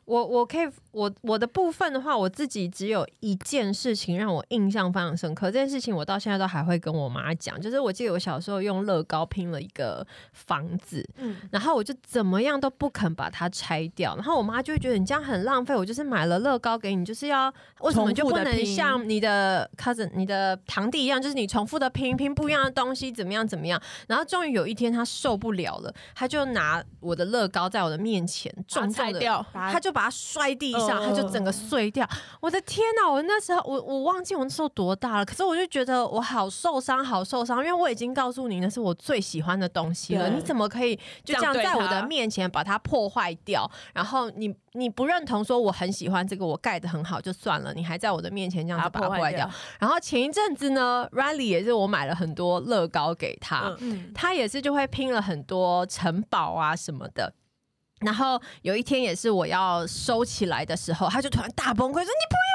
[SPEAKER 3] 我我可以，我我的部分的话，我自己只有一件事情让我印象非常深刻。这件事情我到现在都还会跟我妈讲，就是我记得我小时候用乐高拼了一个房子，
[SPEAKER 1] 嗯，
[SPEAKER 3] 然后我就怎么样都不肯把它拆掉，然后我妈就会觉得你这样很浪费。我就是买了乐高给你，就是要为什么就不
[SPEAKER 4] 重复地
[SPEAKER 3] 能
[SPEAKER 4] 拼
[SPEAKER 3] 像你的 cousin、你的堂弟一样，就是你重复的拼拼不一样的东西，怎么样怎么样。然后终于有一天她受不了了，她就拿我的乐高在我的面前重重
[SPEAKER 2] 拆
[SPEAKER 3] 的
[SPEAKER 2] 掉，
[SPEAKER 1] 把
[SPEAKER 3] 他就把它摔地上，
[SPEAKER 4] 嗯
[SPEAKER 3] 他就整个碎掉。我的天哪！我那时候我我忘记我那时候多大了，可是我就觉得我好受伤，好受伤，因为我已经告诉你那是我最喜欢的东西了，
[SPEAKER 1] 对
[SPEAKER 3] 你怎么可以就这样
[SPEAKER 2] 这样对
[SPEAKER 3] 在
[SPEAKER 2] 他
[SPEAKER 3] 我的面前把它破坏掉？然后你你不认同说我很喜欢这个，我盖的很好就算了，你还在我的面前这样子把它破坏掉。。然后前一阵子呢，Riley 也是我买了很多乐高给他，
[SPEAKER 2] 嗯
[SPEAKER 1] 嗯
[SPEAKER 3] 他也是就会拼了很多城堡啊什么的。然后有一天也是我要收起来的时候，他就突然大崩溃说：“你不要，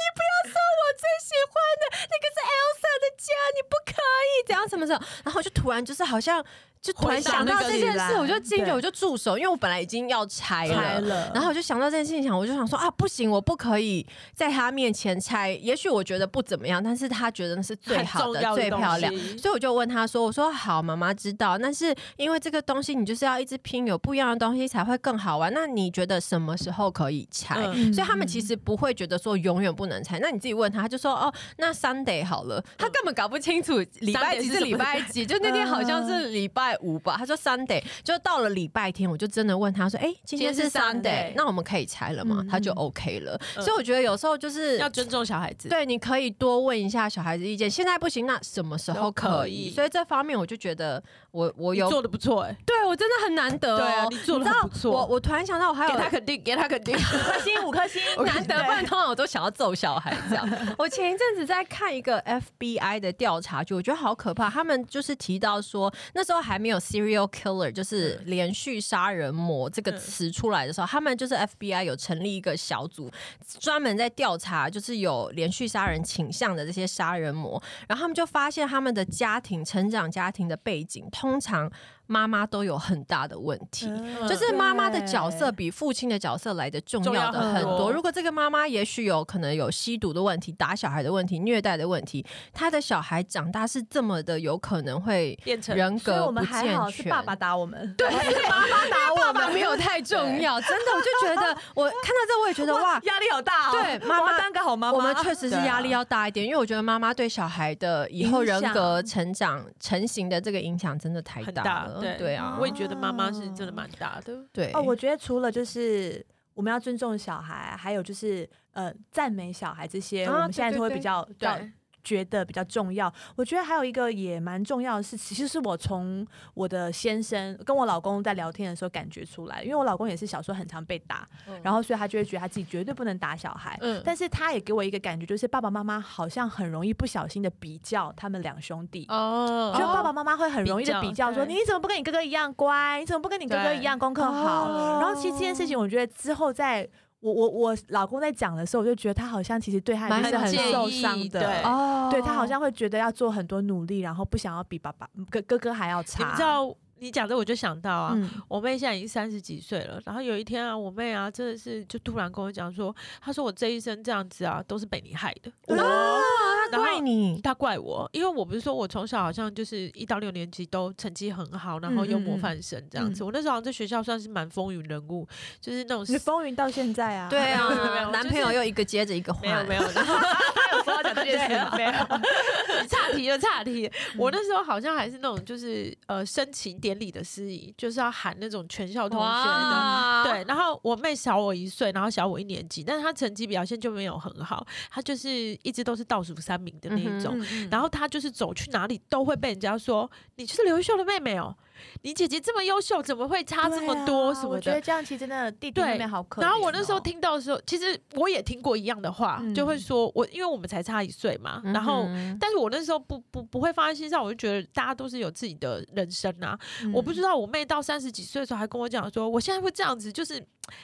[SPEAKER 3] 你不要收我最喜欢的那个是 Elsa 的家，你不可以怎样什么什么。”然后我就突然就是好像就突然
[SPEAKER 2] 回想
[SPEAKER 3] 想到
[SPEAKER 2] 那个
[SPEAKER 3] 这
[SPEAKER 1] 起
[SPEAKER 3] 件
[SPEAKER 1] 来
[SPEAKER 3] 事，我就惊
[SPEAKER 1] 对
[SPEAKER 3] 觉，我就住手，因为我本来已经要拆了，
[SPEAKER 1] 拆了，
[SPEAKER 3] 然后我就想到这件事情，想我就想说啊，不行，我不可以在他面前拆。也许我觉得不怎么样，但是他觉得那是最
[SPEAKER 2] 很
[SPEAKER 3] 好
[SPEAKER 2] 重
[SPEAKER 3] 的、
[SPEAKER 2] 要的
[SPEAKER 3] 最
[SPEAKER 2] 东
[SPEAKER 3] 漂亮。
[SPEAKER 2] 西
[SPEAKER 3] 所以我就问他说：“我说好，妈妈知道，但是因为这个东西你就是要一直拼，有不一样的东西才会更好玩。那你觉得什么时候可以拆？”
[SPEAKER 2] 嗯
[SPEAKER 1] 嗯
[SPEAKER 3] 所以他们其实不会觉得说永远不能拆。那你自己问他，他就说哦，那 Sunday 好了，他根本搞不清楚礼拜
[SPEAKER 2] Sunday
[SPEAKER 3] 几
[SPEAKER 2] 是
[SPEAKER 3] 是
[SPEAKER 2] 什么
[SPEAKER 3] 礼拜几，就那天好像是礼拜五吧。他说 Sunday，就到了礼拜天，我就真的问他说，哎、今天是
[SPEAKER 2] 今天是
[SPEAKER 3] Sunday，
[SPEAKER 2] Sunday
[SPEAKER 3] 那我们可以拆了吗？
[SPEAKER 1] 嗯
[SPEAKER 3] 他就 OK 了。
[SPEAKER 2] 嗯
[SPEAKER 3] 所以我觉得有时候就是
[SPEAKER 2] 要尊重小孩子。
[SPEAKER 3] 对，你可以多问一下小孩子意见。现在不行，那什么时候
[SPEAKER 2] 都可
[SPEAKER 3] 可
[SPEAKER 2] 以
[SPEAKER 3] 以？所以这方面我就觉得我我
[SPEAKER 2] 你
[SPEAKER 3] 有
[SPEAKER 2] 做的不错哎，
[SPEAKER 3] 对我真的很难得、哦。
[SPEAKER 2] 对啊，你做的很不
[SPEAKER 3] 我
[SPEAKER 2] 错，
[SPEAKER 3] 我突然想到，我还有
[SPEAKER 2] 给他肯定，给他肯定。
[SPEAKER 3] 五颗星， [LAUGHS] 五颗星，难得，不然通常我都想要揍小孩这样。我前一阵子在看一个 FBI 的调查剧，我觉得好可怕。他们就是提到说，那时候还没有 serial killer，就是连续杀人魔这个词出来的时候，他们就是 FBI 有成立一个小组，专门在调查就是有连续杀人倾向的这些杀人魔。然后他们就发现他们的家庭成长家庭的背景，通常妈妈都有很大的问题。
[SPEAKER 1] 嗯
[SPEAKER 3] 就是妈妈的角色
[SPEAKER 1] 对
[SPEAKER 3] 比父亲的角色来的重
[SPEAKER 2] 重
[SPEAKER 3] 要
[SPEAKER 2] 要
[SPEAKER 3] 的
[SPEAKER 1] 很
[SPEAKER 3] 很多。
[SPEAKER 2] 多
[SPEAKER 3] 如果这个妈妈也许有可能有吸毒的问题、打小孩的问题、虐待的问题，她的小孩长大是这么的有可能会
[SPEAKER 2] 变成
[SPEAKER 3] 人
[SPEAKER 1] 所以
[SPEAKER 3] 格
[SPEAKER 1] 我
[SPEAKER 3] 不
[SPEAKER 1] 们还
[SPEAKER 3] 健
[SPEAKER 1] 好是
[SPEAKER 3] 全。
[SPEAKER 1] 爸爸打我 [LAUGHS] 们，
[SPEAKER 3] 对，妈妈打我 [LAUGHS] 爸爸
[SPEAKER 1] [LAUGHS]
[SPEAKER 3] 没有太重要，真的，我就觉得我看到这我也觉得哇。
[SPEAKER 1] 压力好大哦，
[SPEAKER 3] 对妈妈
[SPEAKER 1] 我要当个好妈妈，
[SPEAKER 3] 我们确实是
[SPEAKER 1] 对啊
[SPEAKER 3] 压力要大一点，因为我觉得妈妈对小孩的以后
[SPEAKER 1] 影
[SPEAKER 3] 人
[SPEAKER 1] 响
[SPEAKER 3] 格成长成型的这个影响真的太
[SPEAKER 2] 很
[SPEAKER 3] 大
[SPEAKER 2] 大
[SPEAKER 3] 了，，
[SPEAKER 2] 对
[SPEAKER 3] 对啊
[SPEAKER 2] 我，也觉得妈妈是真的蛮大的。
[SPEAKER 3] 对
[SPEAKER 1] 哦，我觉得除了就是我们要尊重小孩，还有就是呃赞美小孩这些，
[SPEAKER 3] 啊
[SPEAKER 1] 我们现在
[SPEAKER 3] 对
[SPEAKER 1] 都会
[SPEAKER 3] 对
[SPEAKER 1] 比较比较
[SPEAKER 2] 对
[SPEAKER 1] 觉得比较重要。我觉得还有一个也蛮重要的是，其实是我从我的先生跟我老公在聊天的时候感觉出来，因为我老公也是小时候很常被打，
[SPEAKER 3] 嗯
[SPEAKER 1] 然后所以他就会觉得他自己绝对不能打小孩。
[SPEAKER 2] 嗯
[SPEAKER 1] 但是他也给我一个感觉，就是爸爸妈妈好像很容易不小心的比较他们两兄弟，
[SPEAKER 2] 哦
[SPEAKER 1] 就爸爸妈妈会很容易的比较说，
[SPEAKER 2] 比较
[SPEAKER 1] 你怎么不跟你哥哥一样乖？你怎么不跟你哥哥一样功课
[SPEAKER 3] 哦
[SPEAKER 1] 好？然后其实这件事情，我觉得之后在我我我老公在讲的时候，我就觉得他好像其实对他
[SPEAKER 3] 蛮
[SPEAKER 1] 也是很
[SPEAKER 2] 介意
[SPEAKER 1] 受伤
[SPEAKER 2] 对
[SPEAKER 1] 的，
[SPEAKER 3] 哦
[SPEAKER 1] 对他好像会觉得要做很多努力，然后不想要比爸爸哥哥哥还要
[SPEAKER 2] 你
[SPEAKER 1] 差。
[SPEAKER 2] 知道，你讲这我就想到啊，
[SPEAKER 1] 嗯，
[SPEAKER 2] 我妹现在已经三十几岁了，然后有一天啊，我妹啊，真的是就突然跟我讲说，她说我这一生这样子啊，都是被你害的。
[SPEAKER 3] 啊，他
[SPEAKER 2] 然后
[SPEAKER 3] 怪你，
[SPEAKER 2] 她怪我，因为我不是说我从小好像就是一到六年级都成绩很好，然后又模范生这样子。我那时候好像在学校算是蛮风云人物，就是那种
[SPEAKER 1] 你风云到现在啊，
[SPEAKER 3] 对
[SPEAKER 2] 没有没有没
[SPEAKER 3] 啊，
[SPEAKER 2] 有
[SPEAKER 3] 男朋友又一个接着一个换，
[SPEAKER 2] 没有没有，然后他有说要讲这件事
[SPEAKER 3] 啊
[SPEAKER 2] 吗？没有， [LAUGHS] 岔题就岔题。我那时候好像还是那种就是呃升旗典礼的司仪，就是要喊那种全校同学的。
[SPEAKER 1] 啊
[SPEAKER 3] 哇，
[SPEAKER 2] 对，然后我妹小我一岁，然后小我一年级，但是她成绩表现就没有很好，她就是一直都是倒数三名的那一种。
[SPEAKER 1] 嗯，嗯
[SPEAKER 2] 然后她就是走去哪里都会被人家说你就是刘秀的妹妹哦，你姐姐这么优秀，怎么会差这么多什
[SPEAKER 1] 对啊我
[SPEAKER 2] 么
[SPEAKER 1] 觉
[SPEAKER 2] 的
[SPEAKER 1] 得？这样其实真的弟弟
[SPEAKER 2] 对
[SPEAKER 1] 妹妹好可怜哦。
[SPEAKER 2] 然后我那时候听到的时候，其实我也听过一样的话，
[SPEAKER 1] 嗯
[SPEAKER 2] 就会说我因为我们才差一岁嘛，然后。但是我那时候不不不会放在心上，我就觉得大家都是有自己的人生啊。
[SPEAKER 1] 嗯，
[SPEAKER 2] 我不知道我妹到三十几岁的时候还跟我讲说，我现在会这样子，就是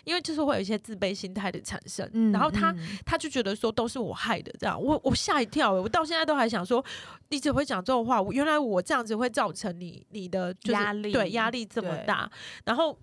[SPEAKER 2] 因为就是会有一些自卑心态的产生。
[SPEAKER 1] 嗯，
[SPEAKER 2] 然后她
[SPEAKER 1] 嗯
[SPEAKER 2] 她就觉得说都是我害的，这样我我吓一跳、欸，我到现在都还想说，你只会讲这种话，我原来我这样子会造成你你的、就是、
[SPEAKER 1] 压力
[SPEAKER 2] 对压力这么
[SPEAKER 1] 对
[SPEAKER 2] 大。然后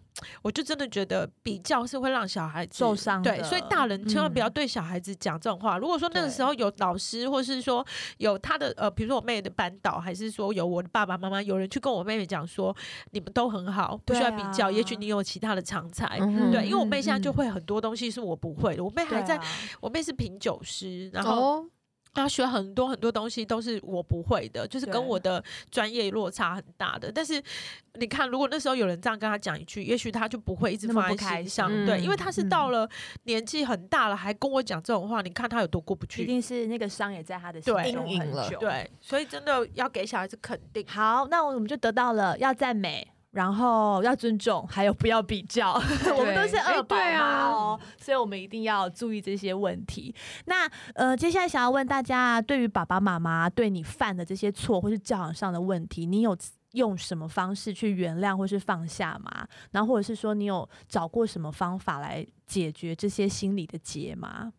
[SPEAKER 2] 我就真的觉得比较是会让小孩子
[SPEAKER 1] 受伤
[SPEAKER 2] 对，
[SPEAKER 1] 的
[SPEAKER 2] 所以大人千万不要
[SPEAKER 1] 嗯
[SPEAKER 2] 对小孩子讲这种话。如果说那个
[SPEAKER 1] 对
[SPEAKER 2] 时候有老师，或是说有他的呃，比如说我妹的班导，还是说有我的爸爸妈妈，有人去跟我妹妹讲说，你们都很好，不需要比
[SPEAKER 1] 对
[SPEAKER 2] 较，
[SPEAKER 1] 啊
[SPEAKER 2] 也许你有其他的长才。
[SPEAKER 3] 嗯哼
[SPEAKER 2] 对，因为我妹现在就
[SPEAKER 1] 嗯嗯
[SPEAKER 2] 会很多东西是我不会的，我妹还
[SPEAKER 1] 对
[SPEAKER 2] 在，
[SPEAKER 1] 啊
[SPEAKER 2] 我妹是品酒师，然后
[SPEAKER 3] 哦，
[SPEAKER 2] 他学很多很多东西都是我不会的，就是跟
[SPEAKER 1] 对
[SPEAKER 2] 我的专业落差很大的。但是你看，如果那时候有人这样跟他讲一句，也许他就不会一直
[SPEAKER 1] 那么
[SPEAKER 2] 放
[SPEAKER 1] 不
[SPEAKER 2] 在
[SPEAKER 1] 开
[SPEAKER 2] 心
[SPEAKER 1] 心
[SPEAKER 2] 上。
[SPEAKER 3] 嗯
[SPEAKER 2] 对，因为他是
[SPEAKER 1] 嗯
[SPEAKER 2] 到了年纪很大了，还跟我讲这种话，你看他有多过不
[SPEAKER 1] 一
[SPEAKER 2] 去。
[SPEAKER 1] 定是那个伤也在他的心
[SPEAKER 2] 对
[SPEAKER 1] 中
[SPEAKER 3] 阴影
[SPEAKER 1] 很
[SPEAKER 3] 了
[SPEAKER 1] 久。
[SPEAKER 2] 对，所以真的要给小孩子肯定。
[SPEAKER 1] 好，那我们就得到了要赞美，然后要尊重，还有不要比较。我们都是
[SPEAKER 3] 哎
[SPEAKER 1] 二宝
[SPEAKER 3] 对啊
[SPEAKER 1] 妈哦，所以我们一定要注意这些问题。那呃，接下来想要问大家，对于爸爸妈妈对你犯的这些错或是教养上的问题，你有？用什么方式去原谅或是放下吗？然后或者是说，你有找过什么方法来解决这些心理的结吗？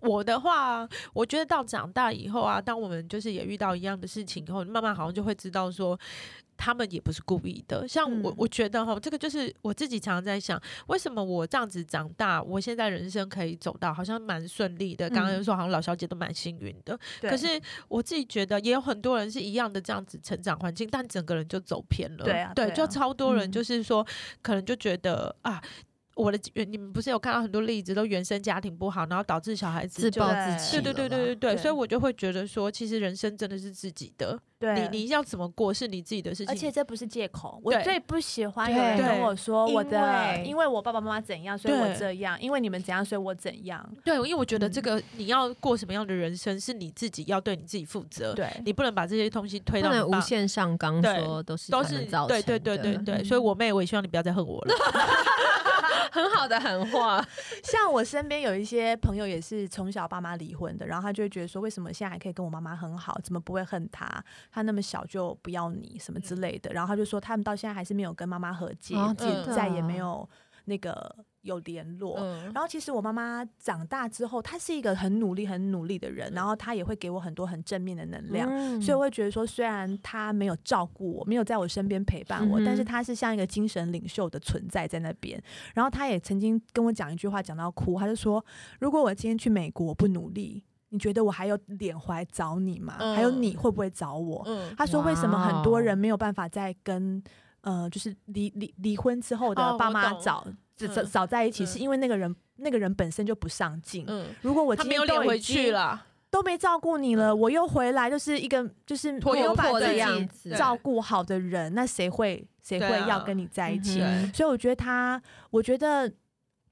[SPEAKER 2] 我的话，我觉得到长大以后啊，当我们就是也遇到一样的事情以后，慢慢好像就会知道说。他们也不是故意的，像我，
[SPEAKER 1] 嗯
[SPEAKER 2] 我觉得哈，这个就是我自己常常在想，为什么我这样子长大，我现在人生可以走到好像蛮顺利的。刚刚又说好像老小姐都蛮幸运的，可是我自己觉得也有很多人是一样的这样子成长环境，但整个人就走偏了。
[SPEAKER 1] 对啊对啊
[SPEAKER 2] 就超多人
[SPEAKER 1] 嗯
[SPEAKER 2] 就是说，可能就觉得啊。我的原，你们不是有看到很多例子，都原生家庭不好，然后导致小孩子
[SPEAKER 3] 自
[SPEAKER 2] 就
[SPEAKER 3] 暴
[SPEAKER 1] 对
[SPEAKER 3] 自弃
[SPEAKER 2] 对
[SPEAKER 3] 了
[SPEAKER 2] 对
[SPEAKER 3] 啦，
[SPEAKER 2] 对对对对，
[SPEAKER 1] 对
[SPEAKER 2] 所以我就会觉得说，其实人生真的是自己的，
[SPEAKER 1] 对
[SPEAKER 2] 你你要怎么过是你自己的事情。
[SPEAKER 1] 而且这不是借口，我
[SPEAKER 2] 对
[SPEAKER 1] 最不喜欢
[SPEAKER 3] 对
[SPEAKER 1] 有人跟我说
[SPEAKER 3] 对
[SPEAKER 1] 我的，
[SPEAKER 3] 因为
[SPEAKER 1] 因为我爸爸妈妈怎样，所以
[SPEAKER 2] 对
[SPEAKER 1] 我这样；因为你们怎样，所以我怎样。
[SPEAKER 2] 对，因为我觉得
[SPEAKER 1] 嗯
[SPEAKER 2] 这个你要过什么样的人生是你自己要呃对你自己负责，
[SPEAKER 1] 对，
[SPEAKER 2] 你不能把这些东西推
[SPEAKER 3] 不
[SPEAKER 2] 到
[SPEAKER 3] 能
[SPEAKER 2] 你爸
[SPEAKER 3] 无限上纲，
[SPEAKER 2] 对
[SPEAKER 3] 说都是
[SPEAKER 2] 都
[SPEAKER 3] 他
[SPEAKER 2] 是
[SPEAKER 3] 们造成
[SPEAKER 2] 对对对对
[SPEAKER 3] 的嗯
[SPEAKER 2] 对，所以我妹我也希望你不要再恨我
[SPEAKER 3] [LAUGHS]
[SPEAKER 2] 了。
[SPEAKER 3] 很好的狠话，
[SPEAKER 1] 像我身边有一些朋友也是从小爸妈离婚的，然后他就会觉得说，为什么现在还可以跟我妈妈很好，怎么不会恨她？她那么小就不要你什么之类的。然后他就说，他们到现在还是没有跟妈妈和解，
[SPEAKER 3] 啊
[SPEAKER 1] 也
[SPEAKER 2] 真的
[SPEAKER 1] 再也没有那个有联络。
[SPEAKER 3] 嗯
[SPEAKER 1] 然后其实我妈妈长大之后，她是一个很努力、很努力的人，然后她也会给我很多很正面的能
[SPEAKER 3] 嗯
[SPEAKER 1] 量。所以我会觉得说，虽然他没有照顾我，没有在我身边陪伴我，
[SPEAKER 3] 嗯哼
[SPEAKER 1] 但是他是像一个精神领袖的存在在那边。然后他也曾经跟我讲一句话，讲到哭，他就说：“如果我今天去美国不努力，你觉得我还有脸回来找你吗？
[SPEAKER 2] 嗯
[SPEAKER 1] 还有你会不会找我？”
[SPEAKER 2] 嗯，
[SPEAKER 1] 他说：“为什么
[SPEAKER 3] 哇哦
[SPEAKER 1] 很多人没有办法再跟呃，就是离离离婚之后
[SPEAKER 2] 哦
[SPEAKER 1] 的
[SPEAKER 2] 我
[SPEAKER 1] 爸妈
[SPEAKER 2] 懂
[SPEAKER 1] 找找
[SPEAKER 2] 嗯
[SPEAKER 1] 找在一起，
[SPEAKER 2] 嗯
[SPEAKER 1] 是因为那个人那个人本身就不上进。”
[SPEAKER 2] 嗯，
[SPEAKER 1] 如果我
[SPEAKER 2] 他
[SPEAKER 1] 今
[SPEAKER 2] 没
[SPEAKER 1] 天
[SPEAKER 2] 有
[SPEAKER 1] 都
[SPEAKER 2] 脸
[SPEAKER 1] 已
[SPEAKER 2] 回去
[SPEAKER 1] 经
[SPEAKER 2] 了，嗯
[SPEAKER 1] 都没照顾你了，我又回来，就是一个就是
[SPEAKER 2] 拖
[SPEAKER 1] 没有
[SPEAKER 2] 油
[SPEAKER 1] 把
[SPEAKER 2] 泼
[SPEAKER 1] 自
[SPEAKER 2] 的
[SPEAKER 1] 己
[SPEAKER 2] 样
[SPEAKER 3] 子
[SPEAKER 1] 照顾好的人，那谁会谁
[SPEAKER 2] 对
[SPEAKER 1] 会
[SPEAKER 2] 啊
[SPEAKER 1] 要跟你在一起？
[SPEAKER 3] 嗯
[SPEAKER 1] 所以我觉得他，我觉得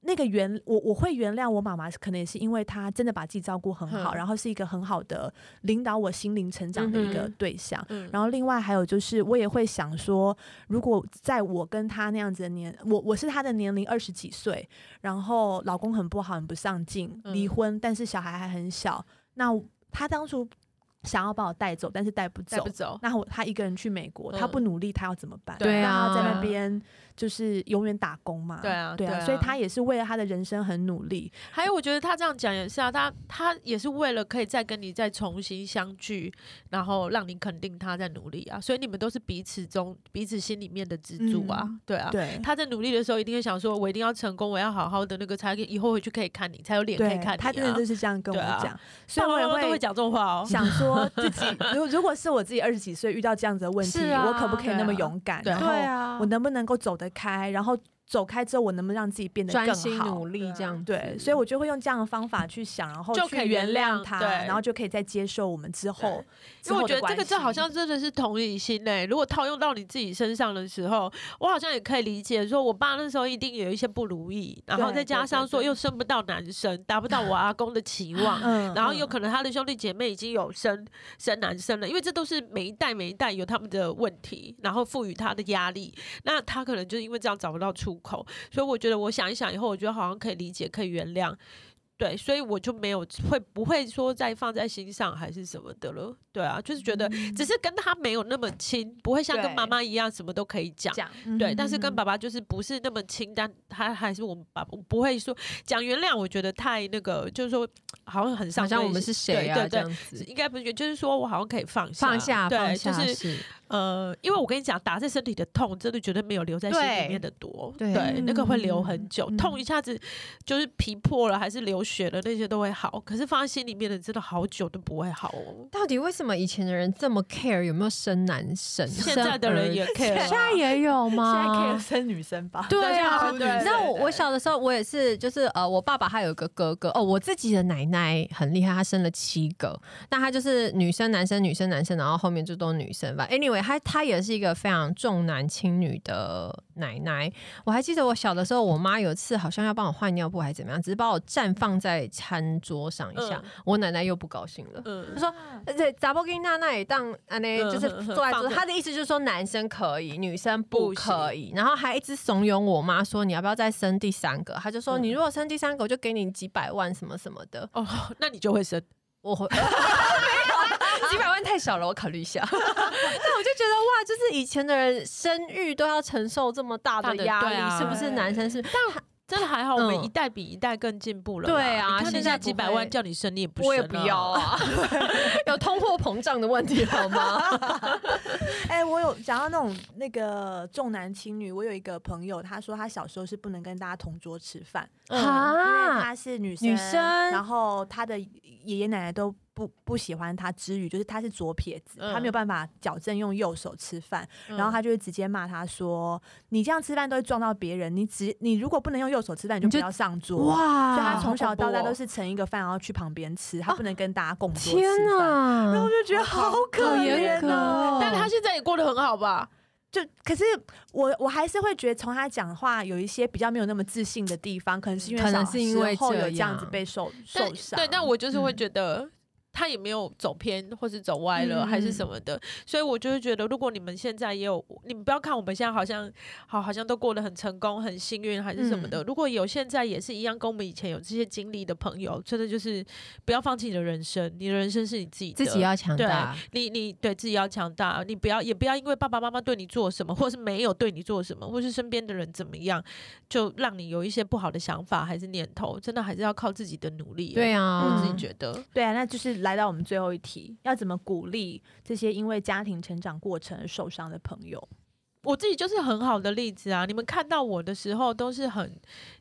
[SPEAKER 1] 那个原我我会原谅我妈妈，可能也是因为她真的把自己照顾很好，
[SPEAKER 2] 嗯
[SPEAKER 1] 然后是一个很好的领导我心灵成长的一个
[SPEAKER 2] 嗯哼
[SPEAKER 1] 对象。
[SPEAKER 2] 嗯，
[SPEAKER 1] 然后另外还有就是，我也会想说，如果在我跟他那样子的年，我我是他的年龄二十几岁，然后老公很不好，很不上进，离
[SPEAKER 2] 嗯
[SPEAKER 1] 婚，但是小孩还很小，那他当初想要把我带走，但是带不
[SPEAKER 2] 带
[SPEAKER 1] 走
[SPEAKER 2] 不。走，
[SPEAKER 1] 那我他一个人去美国，他不
[SPEAKER 2] 嗯
[SPEAKER 1] 努力，他要怎么办？
[SPEAKER 2] 对
[SPEAKER 1] 那他要在
[SPEAKER 2] 啊
[SPEAKER 1] 那边就是永远打工嘛。
[SPEAKER 2] 对啊
[SPEAKER 1] 对
[SPEAKER 2] 对
[SPEAKER 1] 啊，所以
[SPEAKER 2] 啊
[SPEAKER 1] 他也是为了他的人生很努力。
[SPEAKER 2] 还有，我觉得他这样讲也是啊，他他也是为了可以再跟你再重新相聚，然后让你肯定他在努力啊，所以你们都是彼此中彼此心里面的支柱啊，
[SPEAKER 1] 嗯
[SPEAKER 2] 对啊。
[SPEAKER 1] 对，
[SPEAKER 2] 他在努力的时候，一定会想说：“我一定要成功，我要好好的那个，才可以以后回去可以看你，才有脸可以
[SPEAKER 1] 对
[SPEAKER 2] 看你、啊。”
[SPEAKER 1] 他真的就是这样跟我
[SPEAKER 2] 对啊
[SPEAKER 1] 讲，所以
[SPEAKER 2] 爸
[SPEAKER 1] 我
[SPEAKER 2] 爸
[SPEAKER 1] 也
[SPEAKER 2] 妈妈都会讲这种话哦。
[SPEAKER 1] 想说自
[SPEAKER 2] [LAUGHS]
[SPEAKER 1] 己，如如果是我自己二十几岁遇到这样子的问题，
[SPEAKER 3] 是啊
[SPEAKER 1] 我可不可以那么勇敢？
[SPEAKER 2] 对啊
[SPEAKER 1] 然
[SPEAKER 3] 对
[SPEAKER 1] 后
[SPEAKER 3] 啊
[SPEAKER 1] 我，能不能够走得开？然后走开之后，我能不能让自己变得
[SPEAKER 3] 专
[SPEAKER 1] 更
[SPEAKER 3] 心
[SPEAKER 1] 好
[SPEAKER 3] 努？力这样子，
[SPEAKER 1] 对，所以我就会用这样的方法去想，然后
[SPEAKER 2] 就
[SPEAKER 1] 去
[SPEAKER 2] 可以
[SPEAKER 1] 原
[SPEAKER 2] 原谅
[SPEAKER 1] 谅他，
[SPEAKER 2] 对
[SPEAKER 1] 然后就可以再接受我们之后
[SPEAKER 2] 对。
[SPEAKER 1] 之
[SPEAKER 2] 因为
[SPEAKER 1] 后
[SPEAKER 2] 我觉
[SPEAKER 1] 的
[SPEAKER 2] 得这个
[SPEAKER 1] 关
[SPEAKER 2] 就好
[SPEAKER 1] 系
[SPEAKER 2] 像真的是同理心嘞、如果套用到你自己身上的时候，我好像也可以理解，说我爸那时候一定有一些不如意，然后
[SPEAKER 1] 对
[SPEAKER 2] 再加
[SPEAKER 1] 对
[SPEAKER 2] 上
[SPEAKER 1] 对
[SPEAKER 2] 说
[SPEAKER 1] 对
[SPEAKER 2] 又生不到男生，达不到我阿公的期望。
[SPEAKER 1] 嗯
[SPEAKER 2] 然后有可能他的兄弟姐妹已经有生生男生了，因为这都是每一代每一代有他们的问题，然后赋予他的压力。那他可能就是因为这样找不到出口，所以我觉得我想一想以后，我觉得好像可以理解，可以原谅。对，所以我就没有会不会说再放在心上还是什么的了。对啊，就是觉得只是跟他没有那么亲，不会像跟
[SPEAKER 1] 嗯对
[SPEAKER 2] 妈妈一样什么都可以讲。
[SPEAKER 1] 讲，
[SPEAKER 2] 对，但是
[SPEAKER 1] 嗯
[SPEAKER 2] 跟爸爸就是不是那么亲，但他还是我们爸，我不会说讲原谅，我觉得太那个，就是说好像很上
[SPEAKER 3] 好像
[SPEAKER 2] 对
[SPEAKER 3] 我们是谁啊
[SPEAKER 2] 对
[SPEAKER 3] 这
[SPEAKER 2] 对
[SPEAKER 3] 样
[SPEAKER 2] 对，
[SPEAKER 3] 子，
[SPEAKER 2] 应该不是，就是说我好像可以放下，
[SPEAKER 3] 放下
[SPEAKER 2] 对，
[SPEAKER 3] 放
[SPEAKER 2] 就
[SPEAKER 3] 下
[SPEAKER 2] 是
[SPEAKER 3] 是
[SPEAKER 2] 呃，因为我跟你讲，打在身体的痛，真的绝对没有留在心里面的多。
[SPEAKER 3] 对
[SPEAKER 2] 对，那个会留很久，
[SPEAKER 1] 嗯
[SPEAKER 2] 痛一下子就是皮破了，还是流血了，那些都会好。可是放在心里面的，真的好久都不会好哦。
[SPEAKER 3] 到底为什么以前的人这么 care 有没有生男生？
[SPEAKER 2] 现在的人也
[SPEAKER 3] [LAUGHS]
[SPEAKER 2] care，
[SPEAKER 1] 现
[SPEAKER 2] 啊
[SPEAKER 1] 在也有
[SPEAKER 3] 生
[SPEAKER 1] 吗？
[SPEAKER 3] 吗
[SPEAKER 1] 生女生吧
[SPEAKER 3] 对啊，
[SPEAKER 2] 对对对
[SPEAKER 3] 你知道我我小的时候，我也是，就是呃，我爸爸他有一个哥哥哦，我自己的奶奶很厉害，她生了七个，那她就是女生、男生、女生、男生，然后后面就都女生吧。Anyway，她她也是一个非常重男轻女的奶奶。我还记得我小的时候，我妈有一次好像要帮我换尿布还是怎么样，只是把我站放在餐桌上一下，我奶奶又不高兴了。她
[SPEAKER 2] 嗯，
[SPEAKER 3] 说：“而且杂波跟娜那也当安呢，
[SPEAKER 2] 嗯
[SPEAKER 3] 就是
[SPEAKER 2] 嗯嗯
[SPEAKER 3] 坐在桌
[SPEAKER 2] 放着
[SPEAKER 3] 上。他的意思就是说男生可以，女生不
[SPEAKER 2] 不行
[SPEAKER 3] 可以。然后还一直怂恿我妈说你要不要再生第三个？他就说
[SPEAKER 2] 嗯
[SPEAKER 3] 你如果生第三个，我就给你几百万什么什么的。
[SPEAKER 2] 哦，那你就会生。[LAUGHS]
[SPEAKER 3] 我会没有几百万太小了，我考虑一下。 [LAUGHS] 但我就觉得哇，就是以前的人生育都要承受这么大
[SPEAKER 2] 大
[SPEAKER 3] 的
[SPEAKER 2] 的
[SPEAKER 3] 压
[SPEAKER 2] 对
[SPEAKER 3] 力，
[SPEAKER 2] 啊
[SPEAKER 3] 是不是？男生是
[SPEAKER 2] 真的还好，我们
[SPEAKER 3] 嗯
[SPEAKER 2] 一代比一代更进步了啦。
[SPEAKER 3] 对啊
[SPEAKER 2] 你看
[SPEAKER 3] 现
[SPEAKER 2] 现
[SPEAKER 3] 在
[SPEAKER 2] 在
[SPEAKER 3] 不
[SPEAKER 2] 几百
[SPEAKER 3] 会
[SPEAKER 2] 万叫你生，你也不
[SPEAKER 3] 我也
[SPEAKER 2] 生
[SPEAKER 3] 不
[SPEAKER 2] 啊
[SPEAKER 3] 要
[SPEAKER 2] [LAUGHS]
[SPEAKER 3] 啊，有通货膨胀的问题好吗？
[SPEAKER 1] 哎、我有讲到那种那个重男轻女，我有一个朋友，她说她小时候是不能跟大家同桌吃饭，
[SPEAKER 2] 嗯
[SPEAKER 3] 啊
[SPEAKER 1] 因为她是女生，
[SPEAKER 3] 女生
[SPEAKER 1] 然后她的爷爷奶奶都不不喜欢她之余，就是她是左撇子，她没有
[SPEAKER 2] 嗯
[SPEAKER 1] 办法矫正用右手吃饭，
[SPEAKER 3] 嗯
[SPEAKER 1] 然后
[SPEAKER 2] 还
[SPEAKER 1] 她就会直接骂她说：“你这样吃饭都会撞到别人，你只你如果不能用右手吃饭，你就
[SPEAKER 3] 你就
[SPEAKER 1] 不要上桌。”
[SPEAKER 3] 哇
[SPEAKER 1] 所以她从小到大
[SPEAKER 3] 好恐怖哦哦
[SPEAKER 1] 都是盛一个饭，然后去旁边吃，她不能跟大家共桌吃
[SPEAKER 3] 天
[SPEAKER 1] 饭。
[SPEAKER 3] 呐！
[SPEAKER 1] 然后我就觉得好可怜哦。
[SPEAKER 2] 但他现在也过得很好吧？
[SPEAKER 1] 就可是我我还是会觉得从他讲话有一些比较没有那么自信的地方，可能是因为
[SPEAKER 3] 可能
[SPEAKER 1] 小
[SPEAKER 3] 是因为
[SPEAKER 1] 时候有
[SPEAKER 3] 这
[SPEAKER 1] 这样子
[SPEAKER 3] 样
[SPEAKER 1] 被受
[SPEAKER 2] 但
[SPEAKER 1] 受伤。
[SPEAKER 2] 对，但我就是会
[SPEAKER 3] 嗯
[SPEAKER 2] 觉得。他也没有走偏或是走歪
[SPEAKER 3] 嗯
[SPEAKER 2] 了，还是什么的，所以我就会觉得，如果你们现在也有，你们不要看我们现在好像好好像都过得很成功、很幸运还是什
[SPEAKER 3] 嗯
[SPEAKER 2] 么的。如果有现在也是一样跟我们以前有这些经历的朋友，真的就是不要放弃你的人生，你的人生是你自己的，
[SPEAKER 3] 自己要强大。
[SPEAKER 2] 你你对自己要强大，你不要也不要因为爸爸妈妈对你做什么，或是没有对你做什么，或是身边的人怎么样，就让你有一些不好的想法还是念头，真的还是要靠自己的努力。
[SPEAKER 3] 对，啊，
[SPEAKER 2] 我自己觉得，
[SPEAKER 1] 对啊，那就是来到我们最后一题，要怎么鼓励这些因为家庭成长过程而受伤的朋友？
[SPEAKER 2] 我自己就是很好的例子啊。你们看到我的时候都是很，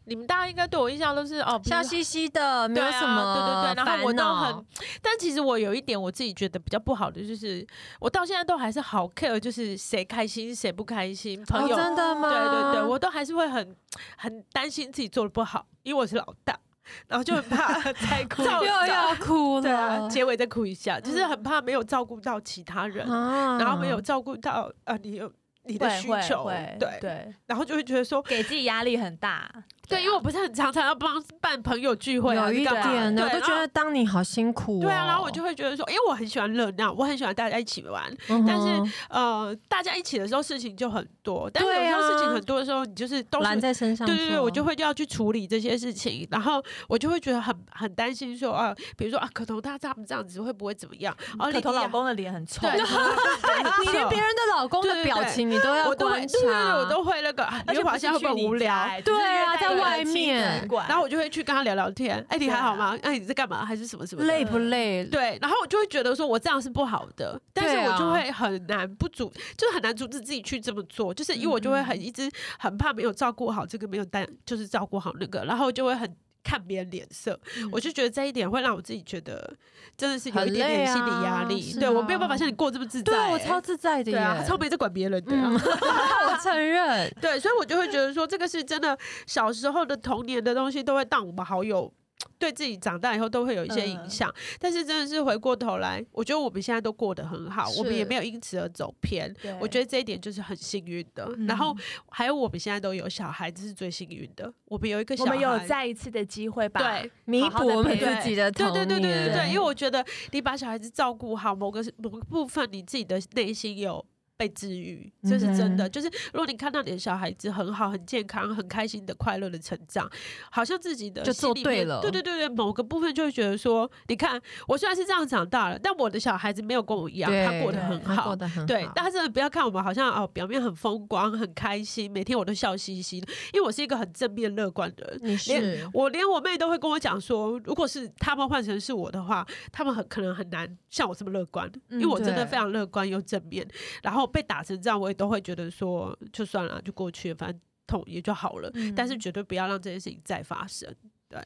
[SPEAKER 2] 你们大家应该对我印象都是哦，不是
[SPEAKER 3] 笑嘻嘻的，没
[SPEAKER 2] 对
[SPEAKER 3] 有
[SPEAKER 2] 啊
[SPEAKER 3] 什么
[SPEAKER 2] 对对对，然后我
[SPEAKER 3] 烦
[SPEAKER 2] 都
[SPEAKER 3] 恼
[SPEAKER 2] 很，但其实我有一点我自己觉得比较不好的就是，我到现在都还是好 care，就是谁开心谁不开心，朋
[SPEAKER 3] 哦，
[SPEAKER 2] 友
[SPEAKER 3] 真的吗？
[SPEAKER 2] 对对对，我都还是会很很担心自己做的不好，因为我是老大， [LAUGHS] 然后就很怕再哭
[SPEAKER 3] [LAUGHS] 又要哭了，嗯
[SPEAKER 2] 对啊，结尾再哭一下，就是很怕没有照顾到其他人，
[SPEAKER 3] 啊
[SPEAKER 2] 然后没有照顾到呃你有你的
[SPEAKER 1] 会
[SPEAKER 2] 需
[SPEAKER 1] 会
[SPEAKER 2] 求，
[SPEAKER 1] 会
[SPEAKER 2] 对，
[SPEAKER 1] 对，
[SPEAKER 2] 然后就会觉得说。
[SPEAKER 1] 给自己压力很大。啊
[SPEAKER 2] [LAUGHS] 对，因为我不是很常常要帮办朋友聚会啊，
[SPEAKER 3] 啊有一
[SPEAKER 2] 干嘛
[SPEAKER 3] 点呢，我
[SPEAKER 2] 对
[SPEAKER 3] 都觉
[SPEAKER 2] 然
[SPEAKER 3] 得
[SPEAKER 2] 后
[SPEAKER 3] 当你好辛苦哦。
[SPEAKER 2] 对啊，然后我就会觉得说，因为我很喜欢热闹，我很喜欢大家一起玩，
[SPEAKER 3] 嗯哼，
[SPEAKER 2] 但是呃，大家一起的时候事情就很多，但是有时候
[SPEAKER 3] 对啊
[SPEAKER 2] 事情很多的时候，你就是都是
[SPEAKER 3] 揽在身上做，
[SPEAKER 2] 对对对，我就会要去处理这些事情，然后我就会觉得很很担心说，啊，比如说啊，可头他他们这样子会不会怎么样？哦，
[SPEAKER 1] 可
[SPEAKER 2] 你
[SPEAKER 1] 头老。公的脸很臭， [LAUGHS]
[SPEAKER 2] 对， [LAUGHS]
[SPEAKER 3] 你连别人的老公的
[SPEAKER 2] 对对对
[SPEAKER 3] 表情你都要
[SPEAKER 2] 我都会，
[SPEAKER 3] 观
[SPEAKER 2] 对对对，
[SPEAKER 3] 察，
[SPEAKER 2] 我都会那个，啊
[SPEAKER 1] 而且
[SPEAKER 2] 刘华
[SPEAKER 1] 好
[SPEAKER 2] 现
[SPEAKER 1] 像
[SPEAKER 2] 在会不会无聊？
[SPEAKER 3] 对啊在外面
[SPEAKER 2] 然后我就会去跟他聊聊天，哎，你还好吗？哎，你在干嘛？还是什么什么的？
[SPEAKER 3] 累不累？
[SPEAKER 2] 对，然后我就会觉得说我这样是不好的，但是
[SPEAKER 3] 对
[SPEAKER 2] 我就
[SPEAKER 3] 啊
[SPEAKER 2] 会很难不阻，就是很难阻止自己去这么做，就是
[SPEAKER 3] 嗯
[SPEAKER 2] 因为我就会很一直很怕没有照顾好这个，没有担就是照顾好那个，然后就会很。看别人脸色，
[SPEAKER 3] 嗯
[SPEAKER 2] 我就觉得这一点会让我自己觉得真的是有
[SPEAKER 3] 很
[SPEAKER 2] 一点点
[SPEAKER 3] 累
[SPEAKER 2] 心理压
[SPEAKER 3] 啊
[SPEAKER 2] 力，
[SPEAKER 3] 是
[SPEAKER 2] 对我没有办
[SPEAKER 3] 啊
[SPEAKER 2] 法像你过这么自在、
[SPEAKER 3] 对我
[SPEAKER 2] 欸
[SPEAKER 3] 超自在的
[SPEAKER 2] 对啊，
[SPEAKER 3] 耶，
[SPEAKER 2] 超没在管别人的啊、
[SPEAKER 3] 嗯， [LAUGHS] 我
[SPEAKER 2] [LAUGHS]
[SPEAKER 3] 承认，
[SPEAKER 2] 对，所以我就会觉得说，这个是真的，小时候的童年的东西都会当我们好友。对自己长大以后都会有一些
[SPEAKER 1] 嗯
[SPEAKER 2] 影响，但是真的是回过头来，我觉得我们现在都过得很好，我们也
[SPEAKER 3] 是
[SPEAKER 2] 没有因此而走偏。
[SPEAKER 1] 对嗯
[SPEAKER 2] 我觉得这一点就是很幸运的。然后还有我们现在都有小孩，这是最幸运的。我们有一个小
[SPEAKER 1] 我
[SPEAKER 2] 孩，
[SPEAKER 1] 们有再一次的机会吧？
[SPEAKER 2] 对，
[SPEAKER 3] 弥补我们自己的童
[SPEAKER 2] 对对
[SPEAKER 3] 年，
[SPEAKER 2] 对对对对，因为
[SPEAKER 3] 为
[SPEAKER 2] 我觉得你把小孩子照顾好，某个是某个部分，你自己的内心有。被治愈，这
[SPEAKER 3] 嗯
[SPEAKER 2] 是真的。就是如果你看到你的小孩子很好、很健康、很开心的、快乐的成长，好像自己的
[SPEAKER 3] 就做
[SPEAKER 2] 心里面
[SPEAKER 3] 对了
[SPEAKER 2] 对对对对，某个部分就会觉得说，你看我虽然是这样长大了，但我的小孩子没有跟我一样，他过得很
[SPEAKER 3] 他
[SPEAKER 2] 好
[SPEAKER 3] 过。得很好，
[SPEAKER 2] 对，大家真的不要看我们好像哦，表面很风光、很开心，每天我都笑嘻嘻的，因为我是一个很正面乐观的人。
[SPEAKER 3] 你是
[SPEAKER 2] 我连我妹都会跟我讲说，如果是他们换成是
[SPEAKER 1] 嗯
[SPEAKER 2] 我的话，他们很可能很难像我这么乐观，因为我真的
[SPEAKER 3] 对
[SPEAKER 2] 非常乐观又正面，然后后被打成这样，我也都会觉得说，就算了，就过去了，反正痛也就好了。
[SPEAKER 1] 嗯
[SPEAKER 2] 但是绝对不要让这件事情再发生。对，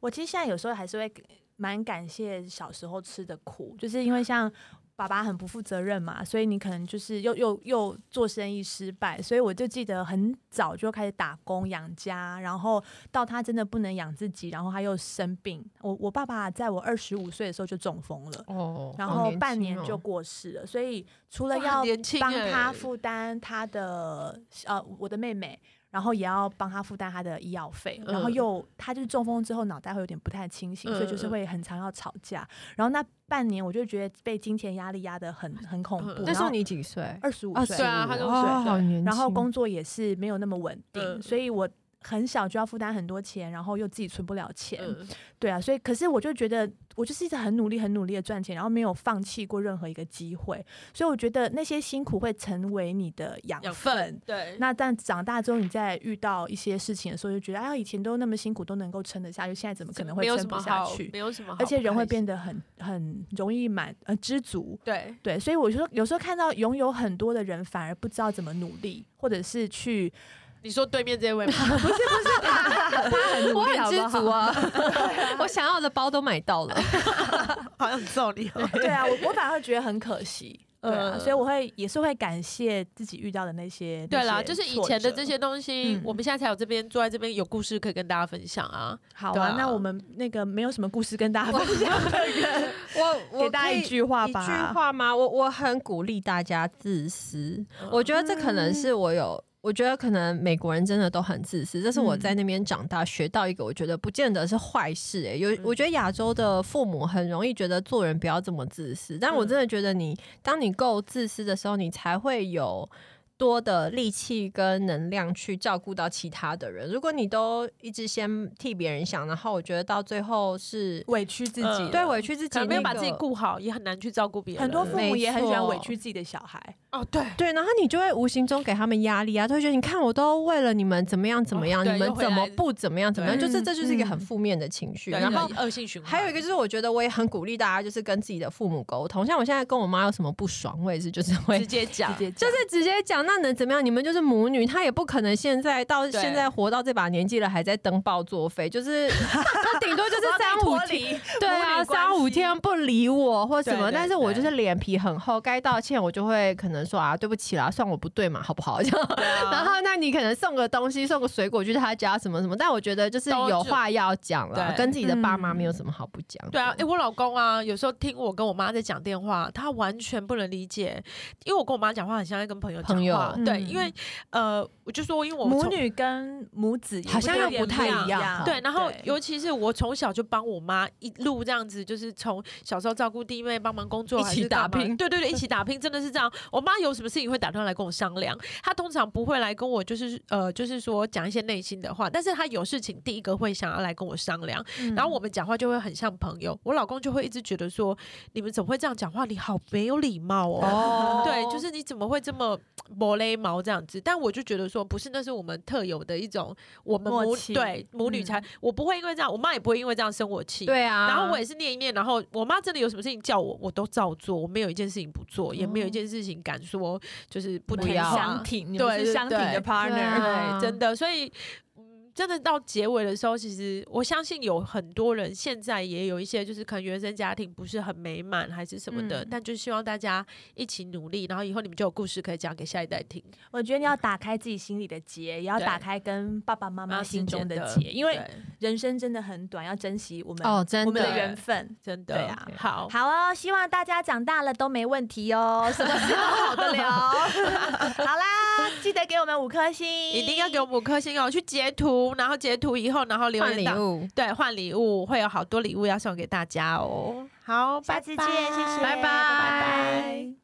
[SPEAKER 1] 我其实现在有时候还是会蛮感谢小时候吃的苦，就是因为像爸爸很不负责任嘛，所以你可能就是又又又做生意失败，所以我就记得很早就开始打工养家，然后到他真的不能养自己，然后他又生病。我我爸爸在我二十五岁的时候就中风了。
[SPEAKER 3] 哦
[SPEAKER 1] 然后半年就过世了，所以除了
[SPEAKER 2] 哇
[SPEAKER 1] 要
[SPEAKER 2] 年轻
[SPEAKER 1] 帮
[SPEAKER 2] 欸
[SPEAKER 1] 他负担他的呃我的妹妹，然后也要帮他负担他的医药费，然后
[SPEAKER 2] 嗯
[SPEAKER 1] 又他就是中风之后脑袋会有点不太清醒，所以就是
[SPEAKER 2] 嗯嗯
[SPEAKER 1] 会很常要吵架。然后那半年我就觉得被金钱压力压得很很恐
[SPEAKER 2] 嗯
[SPEAKER 1] 怖。
[SPEAKER 3] 那时候你几岁？
[SPEAKER 1] 二十五
[SPEAKER 3] 25
[SPEAKER 1] 岁，
[SPEAKER 2] 对啊他就
[SPEAKER 3] 哦，
[SPEAKER 2] 是
[SPEAKER 3] 好年轻。
[SPEAKER 1] 然后工作也是没有那么稳定，
[SPEAKER 2] 嗯
[SPEAKER 1] 所以我很小就要负担很多钱，然后又自己存不了钱，
[SPEAKER 2] 嗯，
[SPEAKER 1] 对啊，所以可是我就觉得，我就是一直很努力、很努力的赚钱，然后没有放弃过任何一个机会，所以我觉得那些辛苦会成为你的养分。
[SPEAKER 2] 养分对，
[SPEAKER 1] 那但长大之后，你再遇到一些事情的时候，就觉得啊，以前都那么辛苦，都能够撑得下去，现在怎么可能会
[SPEAKER 2] 没有
[SPEAKER 1] 撑
[SPEAKER 2] 什
[SPEAKER 1] 不
[SPEAKER 2] 么
[SPEAKER 1] 下
[SPEAKER 2] 好，
[SPEAKER 1] 去？
[SPEAKER 2] 没有什么好不
[SPEAKER 1] 而
[SPEAKER 2] 开心，
[SPEAKER 1] 且人会变得很很容易满呃知足，
[SPEAKER 2] 对，
[SPEAKER 1] 对，所以我就说，有时候看到拥有很多的人，反而不知道怎么努力，或者是去 [LAUGHS]
[SPEAKER 2] 你说对面这位吗？ [LAUGHS]
[SPEAKER 3] 我很知
[SPEAKER 1] 好
[SPEAKER 3] 足
[SPEAKER 1] 不好
[SPEAKER 3] 啊， [LAUGHS] 我想要的包都买到了。
[SPEAKER 2] 好想揍你哦！
[SPEAKER 1] [LAUGHS] 对啊，我我反而会觉得很可
[SPEAKER 2] [LAUGHS]
[SPEAKER 1] 惜。对啊，
[SPEAKER 2] 嗯
[SPEAKER 1] 所以我会也是会感谢自己遇到的那些。
[SPEAKER 2] 对
[SPEAKER 1] 那
[SPEAKER 2] 啦，
[SPEAKER 1] 些
[SPEAKER 2] 就是以
[SPEAKER 1] 挫
[SPEAKER 2] 前的
[SPEAKER 1] 折
[SPEAKER 2] 这些东西
[SPEAKER 1] 嗯，
[SPEAKER 2] 我们现在才有这边坐在这边有故事可以跟大家分享啊。
[SPEAKER 1] 好
[SPEAKER 2] 对
[SPEAKER 1] 啊
[SPEAKER 2] 啊。
[SPEAKER 1] 那我们那个没有什么故事跟大家分享的人，
[SPEAKER 3] 我我
[SPEAKER 1] 给大家
[SPEAKER 3] 可以
[SPEAKER 1] 一句话吧。
[SPEAKER 3] 一句话吗？我我很鼓励大家自私，我觉得这可能是我有。我觉得可能美国人真的都很自私，这是我
[SPEAKER 1] 嗯
[SPEAKER 3] 在那边长大学到一个，我觉得不见得是坏事、欸。有
[SPEAKER 2] 嗯
[SPEAKER 3] 我觉得亚洲的父母很容易觉得做人不要这么自私，但我真的觉得你当你够自私的时候，你才会有多的力气跟能量去照顾到其他的人。如果你都一直先替别人想，然后我觉得到最后是
[SPEAKER 1] 委屈自己
[SPEAKER 2] 嗯
[SPEAKER 1] 了，
[SPEAKER 3] 对委屈自己、
[SPEAKER 2] 可
[SPEAKER 3] 那
[SPEAKER 2] 能没有把自己
[SPEAKER 3] 个
[SPEAKER 2] 顾好，也很难去照顾别人。
[SPEAKER 1] 很多父母也很喜欢
[SPEAKER 3] 没错
[SPEAKER 1] 委屈自己的小孩。
[SPEAKER 2] 哦，对，
[SPEAKER 3] 对，然后你就会无形中给他们压力啊，就会觉得你看我都为了你们怎么样怎么样，
[SPEAKER 2] 哦对
[SPEAKER 3] 你们
[SPEAKER 2] 又回
[SPEAKER 3] 怎么
[SPEAKER 2] 来
[SPEAKER 3] 不怎么样怎么样，
[SPEAKER 1] 对
[SPEAKER 3] 就是这就是一个
[SPEAKER 1] 嗯
[SPEAKER 3] 很负面的情绪。
[SPEAKER 2] 对
[SPEAKER 3] 然后
[SPEAKER 2] 一个恶性循环。
[SPEAKER 3] 嗯还有一个就是，我觉得我也很鼓励大家，就是跟自己的父母沟通。像我现在跟我妈有什么不爽，我也是就是会
[SPEAKER 2] 直接讲
[SPEAKER 1] 直，接就
[SPEAKER 3] 就
[SPEAKER 1] 是
[SPEAKER 3] 直接讲，那能怎么样？你们就是母女，她也不可能现在到
[SPEAKER 2] 对
[SPEAKER 3] 现在活到这把年纪了，还在登报作废，就是她顶多就是三五天，
[SPEAKER 1] 天，
[SPEAKER 3] [LAUGHS] 对
[SPEAKER 1] 母
[SPEAKER 3] 啊，
[SPEAKER 2] [LAUGHS]
[SPEAKER 1] 女关
[SPEAKER 3] 三五
[SPEAKER 1] 系
[SPEAKER 3] 天不理我或什
[SPEAKER 2] 对
[SPEAKER 3] 么，
[SPEAKER 2] 对
[SPEAKER 3] 但是我就
[SPEAKER 2] 对
[SPEAKER 3] 是脸皮很厚，该道歉我就会可能说啊，对不起啦，算我不对嘛，好不好？ [LAUGHS] 这样。
[SPEAKER 2] 对 [LAUGHS] 啊
[SPEAKER 3] 然后，那你可能送个东西，送个水果去他家什么什么，但我觉得就是
[SPEAKER 2] 都
[SPEAKER 3] 有
[SPEAKER 2] 就
[SPEAKER 3] 话要讲了，
[SPEAKER 2] 对
[SPEAKER 3] 跟自己的爸妈
[SPEAKER 1] 嗯
[SPEAKER 3] 没有什么好不讲。
[SPEAKER 2] 对啊，哎、我老公啊，有时候听我跟我妈在讲电话，他完全不能理解，因为我跟我妈讲话很像在跟朋友讲
[SPEAKER 3] 朋友
[SPEAKER 2] 话，对，
[SPEAKER 1] 嗯
[SPEAKER 2] 因为呃，我就说，因为我
[SPEAKER 1] 母
[SPEAKER 2] 从
[SPEAKER 1] 女跟母子也
[SPEAKER 3] 好像又
[SPEAKER 1] 有点
[SPEAKER 3] 不太
[SPEAKER 1] 一
[SPEAKER 3] 一样
[SPEAKER 2] 对，然后尤
[SPEAKER 1] 有
[SPEAKER 2] 其是我从小就帮我妈一路这样子，就是从小时候照顾弟妹，帮忙工作，
[SPEAKER 3] 一
[SPEAKER 2] 还
[SPEAKER 3] 起
[SPEAKER 2] 是干嘛
[SPEAKER 3] 打拼
[SPEAKER 2] 对对对，一起打拼，真的是这样。我妈有什么事情会打电话来跟我商量，她通常不会来跟我，就是呃，就是说讲一些内心的话，但是她有事情第一个会想要来跟我商量，
[SPEAKER 1] 嗯
[SPEAKER 3] 嗯
[SPEAKER 2] 然后我们讲话就会很像朋友，我老公就会一直觉得说，你们怎么会这样讲话？你好没有礼貌哦。
[SPEAKER 3] 哦
[SPEAKER 2] 对，就是你怎么会这么磨勒毛这样子？但我就觉得说，不是，那是我们特有的一种，我们
[SPEAKER 1] 默
[SPEAKER 2] 母
[SPEAKER 1] 契
[SPEAKER 2] 对母女才，我不会因为这样，我妈也不会因为这样生我气。、
[SPEAKER 3] 嗯对啊。
[SPEAKER 2] 然后我也是念一念，然后我妈真的有什么事情叫我，我都照做，我没有一件事情不做，也没有一件事情敢说就是不
[SPEAKER 3] 哦不
[SPEAKER 2] 听
[SPEAKER 3] 要
[SPEAKER 2] 话
[SPEAKER 1] 相。挺，你
[SPEAKER 2] 对
[SPEAKER 1] 们是相挺
[SPEAKER 2] 对
[SPEAKER 1] 的
[SPEAKER 2] 对
[SPEAKER 1] partner，
[SPEAKER 3] 对
[SPEAKER 2] 对，
[SPEAKER 3] 啊
[SPEAKER 2] 真的，所以。嗯，真的到结尾的时候，其实我相信有很多人现在也有一些，就是可能原生家庭不是很美满还是什么的，
[SPEAKER 1] 嗯
[SPEAKER 2] 但就希望大家一起努力，然后以后你们就有故事可以讲给下一代听。
[SPEAKER 1] 我觉得你要打开自己心里的结，也要
[SPEAKER 2] 对
[SPEAKER 1] 打开跟爸爸妈妈
[SPEAKER 2] 妈
[SPEAKER 1] 心中
[SPEAKER 2] 之间的
[SPEAKER 1] 结，因为
[SPEAKER 2] 对
[SPEAKER 1] 人生真的很短，要珍惜我们
[SPEAKER 3] 哦，真
[SPEAKER 1] 我们的
[SPEAKER 3] 的，
[SPEAKER 1] 缘分。
[SPEAKER 2] 真的
[SPEAKER 1] 对啊
[SPEAKER 2] 好，
[SPEAKER 1] 好哦，希望大家长大了都没问题
[SPEAKER 2] [LAUGHS]
[SPEAKER 1] 哦，什么事都好得了。好啦，记得给我们五颗星，
[SPEAKER 2] 一定要给我们五颗星哦，去截图，然后截图以后，然后留
[SPEAKER 3] 换
[SPEAKER 2] 言
[SPEAKER 3] 礼
[SPEAKER 2] 到
[SPEAKER 3] 物，
[SPEAKER 2] 对，换礼物会有好多礼物要送给大家哦。好，
[SPEAKER 1] 下
[SPEAKER 2] 拜
[SPEAKER 1] 次见，
[SPEAKER 2] 拜
[SPEAKER 1] 谢谢，
[SPEAKER 2] 拜
[SPEAKER 1] 拜
[SPEAKER 2] 拜
[SPEAKER 1] 拜